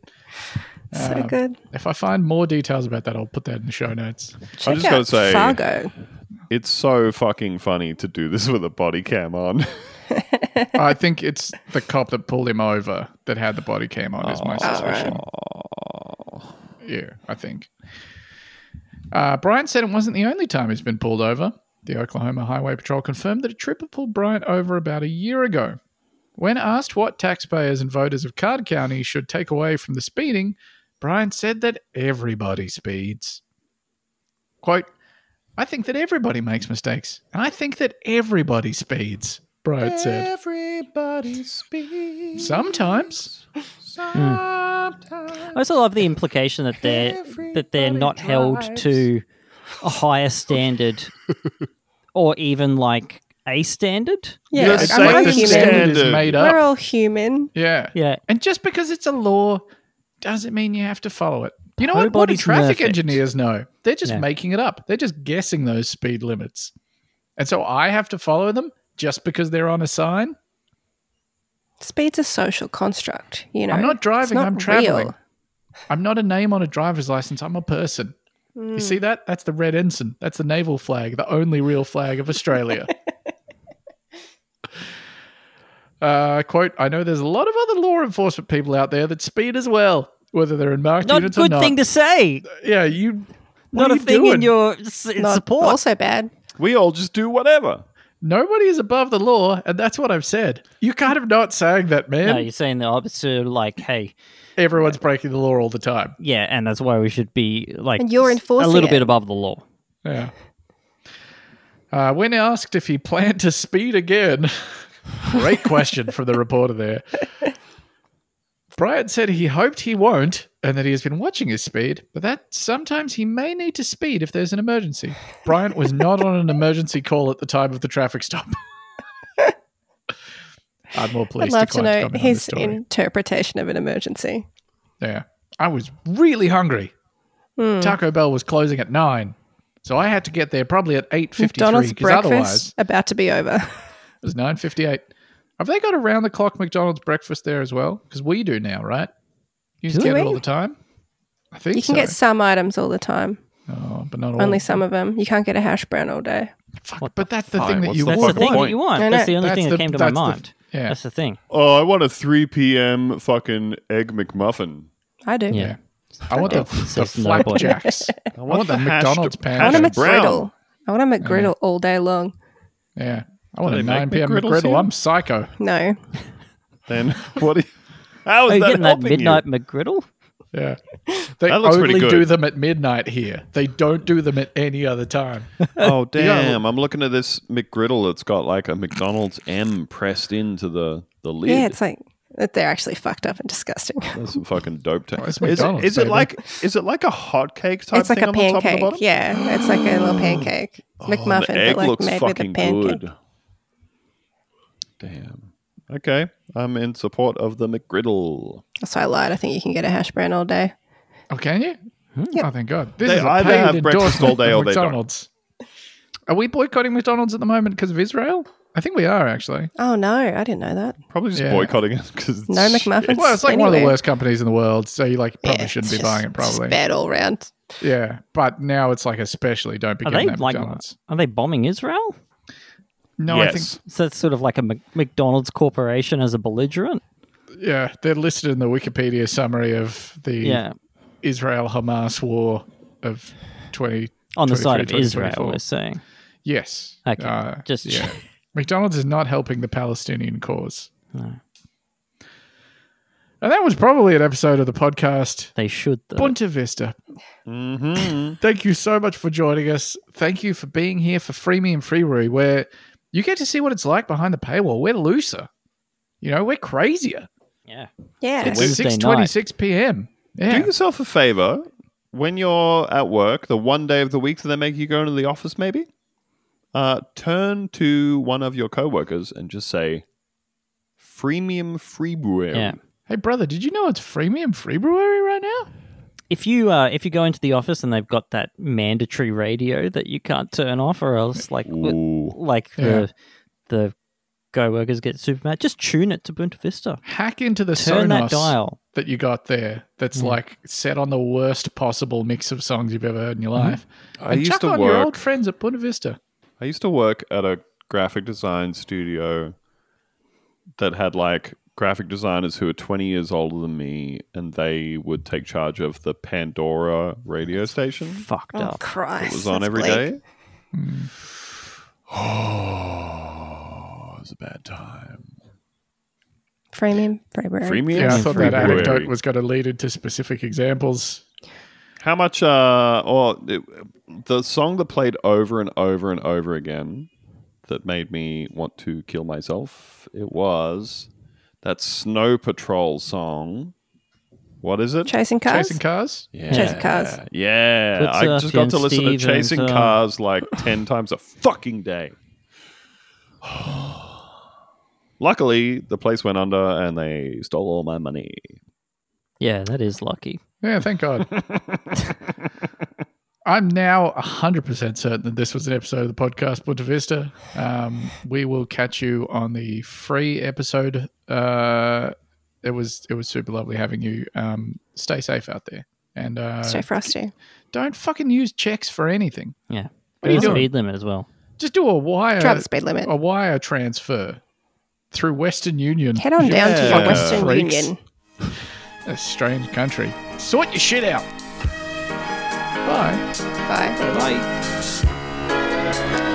Speaker 2: So
Speaker 1: Um,
Speaker 2: good.
Speaker 1: If I find more details about that, I'll put that in the show notes.
Speaker 4: I'm
Speaker 2: Check
Speaker 4: just
Speaker 2: out
Speaker 4: gonna say
Speaker 2: Fargo.
Speaker 4: it's so fucking funny to do this with a body cam on.
Speaker 1: I think it's the cop that pulled him over that had the body cam on, is my suspicion. Yeah, I think. Uh, Bryant said it wasn't the only time he's been pulled over. The Oklahoma Highway Patrol confirmed that a tripper pulled Bryant over about a year ago. When asked what taxpayers and voters of Card County should take away from the speeding, Bryant said that everybody speeds. Quote, I think that everybody makes mistakes, and I think that everybody speeds, Bryant said.
Speaker 5: Everybody speaks.
Speaker 1: Sometimes.
Speaker 3: I also love the implication that they're that they're not held to a higher standard, or even like a standard.
Speaker 2: Yeah,
Speaker 4: The
Speaker 2: like,
Speaker 1: It's
Speaker 2: I'm
Speaker 4: safety
Speaker 2: not
Speaker 1: like
Speaker 2: a
Speaker 1: the
Speaker 2: human.
Speaker 1: standard is
Speaker 4: Standard.
Speaker 1: made
Speaker 2: We're
Speaker 1: up.
Speaker 2: all human.
Speaker 1: Yeah.
Speaker 3: Yeah,
Speaker 1: And just because it's a law doesn't mean you have to follow it. You know what? What do
Speaker 3: Nobody's
Speaker 1: traffic
Speaker 3: perfect.
Speaker 1: engineers know? They're just
Speaker 3: Yeah.
Speaker 1: making it up. They're just guessing those speed limits. And so I have to follow them just because they're on a sign.
Speaker 2: Speed's a social construct, you know.
Speaker 1: I'm not
Speaker 2: It's
Speaker 1: driving,
Speaker 2: not
Speaker 1: I'm traveling.
Speaker 2: real.
Speaker 1: I'm not a name on a driver's license, I'm a person. You see
Speaker 3: Hmm.
Speaker 1: that? That's the red ensign. That's the naval flag, the only real flag of Australia. uh, quote I know there's a lot of other law enforcement people out there that speed as well, whether they're in marked
Speaker 3: not a
Speaker 1: units
Speaker 3: good
Speaker 1: or not.
Speaker 3: thing to say.
Speaker 1: yeah, you. what
Speaker 3: Not
Speaker 1: are
Speaker 3: a
Speaker 1: you
Speaker 3: thing
Speaker 1: doing?
Speaker 3: in your s-
Speaker 2: Not
Speaker 3: support.
Speaker 2: Also bad.
Speaker 4: we all just do whatever.
Speaker 1: Nobody is above the law, and that's what I've said. You're kind of not saying that, man.
Speaker 3: No, you're saying the opposite. Like, hey,
Speaker 1: Everyone's breaking the law all the time.
Speaker 3: yeah, and that's why we should be like
Speaker 2: And you're
Speaker 3: s- a
Speaker 2: enforcing
Speaker 3: little
Speaker 2: it.
Speaker 3: bit above the law.
Speaker 1: Yeah. Uh, when asked if he planned to speed again, great question from the reporter there. Bryant said he hoped he won't and that he has been watching his speed, but that sometimes he may need to speed if there's an emergency. Bryant was not on an emergency call at the time of the traffic stop. I'm more
Speaker 2: I'd
Speaker 1: pleased
Speaker 2: love to know
Speaker 1: his
Speaker 2: his interpretation of an emergency.
Speaker 1: yeah. I was really hungry.
Speaker 2: Hmm.
Speaker 1: Taco Bell was closing at nine. So I had to get there probably at eight fifty three
Speaker 2: McDonald's
Speaker 1: because
Speaker 2: breakfast
Speaker 1: otherwise
Speaker 2: about to be over.
Speaker 1: it was nine fifty eight. Have they got around the clock McDonald's breakfast there as well? Because we do now, right? You just
Speaker 2: Do
Speaker 1: get it
Speaker 2: we?
Speaker 1: all the time. I think
Speaker 2: You can
Speaker 1: so.
Speaker 2: get some items all the time,
Speaker 1: oh, but not all.
Speaker 2: only some of them. You can't get a hash brown all day.
Speaker 1: Fuck,
Speaker 3: What
Speaker 1: but that's the
Speaker 4: fuck?
Speaker 1: thing that
Speaker 4: What's
Speaker 1: you
Speaker 4: the
Speaker 3: That's
Speaker 1: want.
Speaker 3: the thing that you want.
Speaker 2: I
Speaker 3: That's
Speaker 2: know.
Speaker 3: the only
Speaker 1: That's
Speaker 3: thing
Speaker 1: the-
Speaker 3: that came to my
Speaker 1: that's the-
Speaker 3: mind.
Speaker 1: yeah.
Speaker 3: That's the thing.
Speaker 4: Oh, I want a 3 p.m. fucking egg McMuffin.
Speaker 2: I do.
Speaker 3: Yeah.
Speaker 1: I want the,
Speaker 3: It
Speaker 1: the
Speaker 3: says nobody.
Speaker 1: flapjacks. I want the
Speaker 4: hashed-
Speaker 1: McDonald's
Speaker 2: I
Speaker 1: pan.
Speaker 2: want a
Speaker 4: Hash brown.
Speaker 2: McGriddle. I want a McGriddle all day long.
Speaker 1: Yeah. I want
Speaker 4: Do
Speaker 1: a
Speaker 4: they make
Speaker 1: 9 p.m.
Speaker 4: McGriddles
Speaker 1: McGriddle.
Speaker 4: here?
Speaker 1: I'm psycho.
Speaker 2: No,
Speaker 4: Then what? Are you, how
Speaker 3: Are
Speaker 4: is
Speaker 3: you
Speaker 4: that
Speaker 3: getting that
Speaker 4: helping
Speaker 3: midnight
Speaker 4: you?
Speaker 3: McGriddle?
Speaker 1: Yeah. They
Speaker 4: That looks pretty
Speaker 1: only
Speaker 4: good.
Speaker 1: do them at midnight here. They don't do them at any other time.
Speaker 4: Oh damn! I'm looking at this McGriddle. It's got like a McDonald's M pressed into the the lid.
Speaker 2: yeah, it's like that. They're actually fucked up and disgusting.
Speaker 4: That's some fucking dope. Ta-
Speaker 1: it's
Speaker 4: is it,
Speaker 1: McDonald's,
Speaker 4: is it
Speaker 1: baby.
Speaker 4: like is it like a hotcake type
Speaker 2: it's like
Speaker 4: thing
Speaker 2: a
Speaker 4: on the top and the
Speaker 2: pancake.
Speaker 4: bottom?
Speaker 2: Yeah, it's like a little pancake
Speaker 4: Oh,
Speaker 2: McMuffin,
Speaker 4: the
Speaker 2: but
Speaker 4: egg
Speaker 2: like
Speaker 4: looks
Speaker 2: made with a
Speaker 4: fucking
Speaker 2: pancake.
Speaker 4: good. Damn. Okay, I'm in support of the McGriddle.
Speaker 2: So I lied. I think you can get a hash brown all day.
Speaker 1: Oh, can you?
Speaker 2: Yeah.
Speaker 1: Oh, thank God. This
Speaker 4: They
Speaker 1: is a
Speaker 4: either
Speaker 1: paid
Speaker 4: have breakfast
Speaker 1: endorsement
Speaker 4: all day
Speaker 1: of
Speaker 4: or they don't.
Speaker 1: McDonald's. Are we boycotting McDonald's at the moment because of Israel? I think we are actually.
Speaker 2: Oh no, I didn't know that.
Speaker 4: Probably just
Speaker 1: Yeah.
Speaker 4: boycotting it because
Speaker 2: No McMuffins.
Speaker 1: Well, it's like one of the
Speaker 2: anywhere.
Speaker 1: worst companies in the world, so you like probably
Speaker 2: Yeah,
Speaker 1: shouldn't be
Speaker 2: it's
Speaker 1: buying
Speaker 2: just-
Speaker 1: it.
Speaker 2: it's just
Speaker 1: Probably,
Speaker 2: bad all round.
Speaker 1: yeah. But now it's like especially don't be
Speaker 3: Are
Speaker 1: getting
Speaker 3: they
Speaker 1: that
Speaker 3: like?
Speaker 1: McDonald's.
Speaker 3: Are they bombing Israel?
Speaker 1: No,
Speaker 4: Yes.
Speaker 3: So that's sort of like a Mc- McDonald's corporation as a belligerent.
Speaker 1: I think yeah, they're listed in the Wikipedia summary of the
Speaker 3: Yeah,
Speaker 1: Israel Hamas war of twenty
Speaker 3: on the side of
Speaker 1: 23,
Speaker 3: Israel,
Speaker 1: 24.
Speaker 3: we're saying.
Speaker 1: Yes.
Speaker 3: Okay,
Speaker 1: Uh,
Speaker 3: just
Speaker 1: yeah. McDonald's is not helping the Palestinian cause.
Speaker 3: No.
Speaker 1: And that was probably an episode of the podcast.
Speaker 3: they should. Though.
Speaker 1: Bunta Vista.
Speaker 4: Mm-hmm.
Speaker 1: Thank you so much for joining us. Thank you for being here for Free Me and Freeroo, where you get to see what it's like behind the paywall. We're looser. You know, we're crazier.
Speaker 3: yeah,
Speaker 2: Yeah.
Speaker 1: It's
Speaker 3: Wednesday
Speaker 1: 6.26 p.m.
Speaker 4: Do
Speaker 1: Yeah.
Speaker 4: yourself a favor. When you're at work, the one day of the week that they make you go into the office, maybe, uh, turn to one of your coworkers and just say, freemium freebrew.
Speaker 3: yeah.
Speaker 1: Hey, brother, did you know it's Freemium Free Brewery right now?
Speaker 3: If you uh, if you go into the office and they've got that mandatory radio that you can't turn off, or else like w-
Speaker 4: Ooh.
Speaker 3: like
Speaker 1: Yeah.
Speaker 3: the the go workers get super mad, just tune it to Bunta Vista.
Speaker 1: Hack into the
Speaker 3: Turn
Speaker 1: Sonos
Speaker 3: that dial.
Speaker 1: that you got there that's
Speaker 4: Mm.
Speaker 1: like set on the worst possible mix of songs you've ever heard in your life.
Speaker 4: Mm-hmm. I
Speaker 1: and
Speaker 4: used
Speaker 1: chuck
Speaker 4: to
Speaker 1: on your
Speaker 4: work.
Speaker 1: old friends at Buena Vista.
Speaker 4: I used to work at a graphic design studio that had like graphic designers who were 20 years older than me and they would take charge of the Pandora radio station
Speaker 3: Fucked
Speaker 2: Oh,
Speaker 3: up.
Speaker 4: that
Speaker 2: Christ.
Speaker 4: was on
Speaker 2: that's
Speaker 4: every
Speaker 2: bleak.
Speaker 4: day. Oh, it was a bad time.
Speaker 2: Freemium, Freiburg.
Speaker 4: Freemium?
Speaker 1: Yeah, I thought that
Speaker 4: Freeberry.
Speaker 1: anecdote was going to lead into specific examples.
Speaker 4: How much? Uh, or it, the song that played over and over and over again that made me want to kill myself. It was that Snow Patrol song. What is it?
Speaker 2: Chasing cars.
Speaker 1: Chasing cars?
Speaker 4: yeah.
Speaker 2: Chasing Cars.
Speaker 4: Yeah,
Speaker 3: Good
Speaker 4: I just got
Speaker 3: surfing,
Speaker 4: to listen
Speaker 3: Steve,
Speaker 4: to Chasing
Speaker 3: and, uh,
Speaker 4: Cars like ten times a fucking day. Luckily, the place went under and they stole all my money.
Speaker 3: Yeah, that is lucky.
Speaker 1: Yeah, thank God. I'm now 100% certain that this was an episode of the podcast, Buena Vista. Um, we will catch you on the free episode. Uh, it was it was super lovely having you. Um, stay safe out there. And uh,
Speaker 2: Stay frosty.
Speaker 1: don't fucking use checks for anything.
Speaker 3: Yeah.
Speaker 1: What are you
Speaker 3: There's a
Speaker 1: doing?
Speaker 3: Speed limit as well.
Speaker 1: Just do a wire
Speaker 2: Try the speed limit.
Speaker 1: a wire transfer through Western Union.
Speaker 2: Head on down to
Speaker 4: Yeah.
Speaker 2: your Western
Speaker 1: Freaks.
Speaker 2: Union.
Speaker 1: A strange country. Sort your shit out. Bye.
Speaker 2: Bye.
Speaker 1: Bye.
Speaker 2: Bye.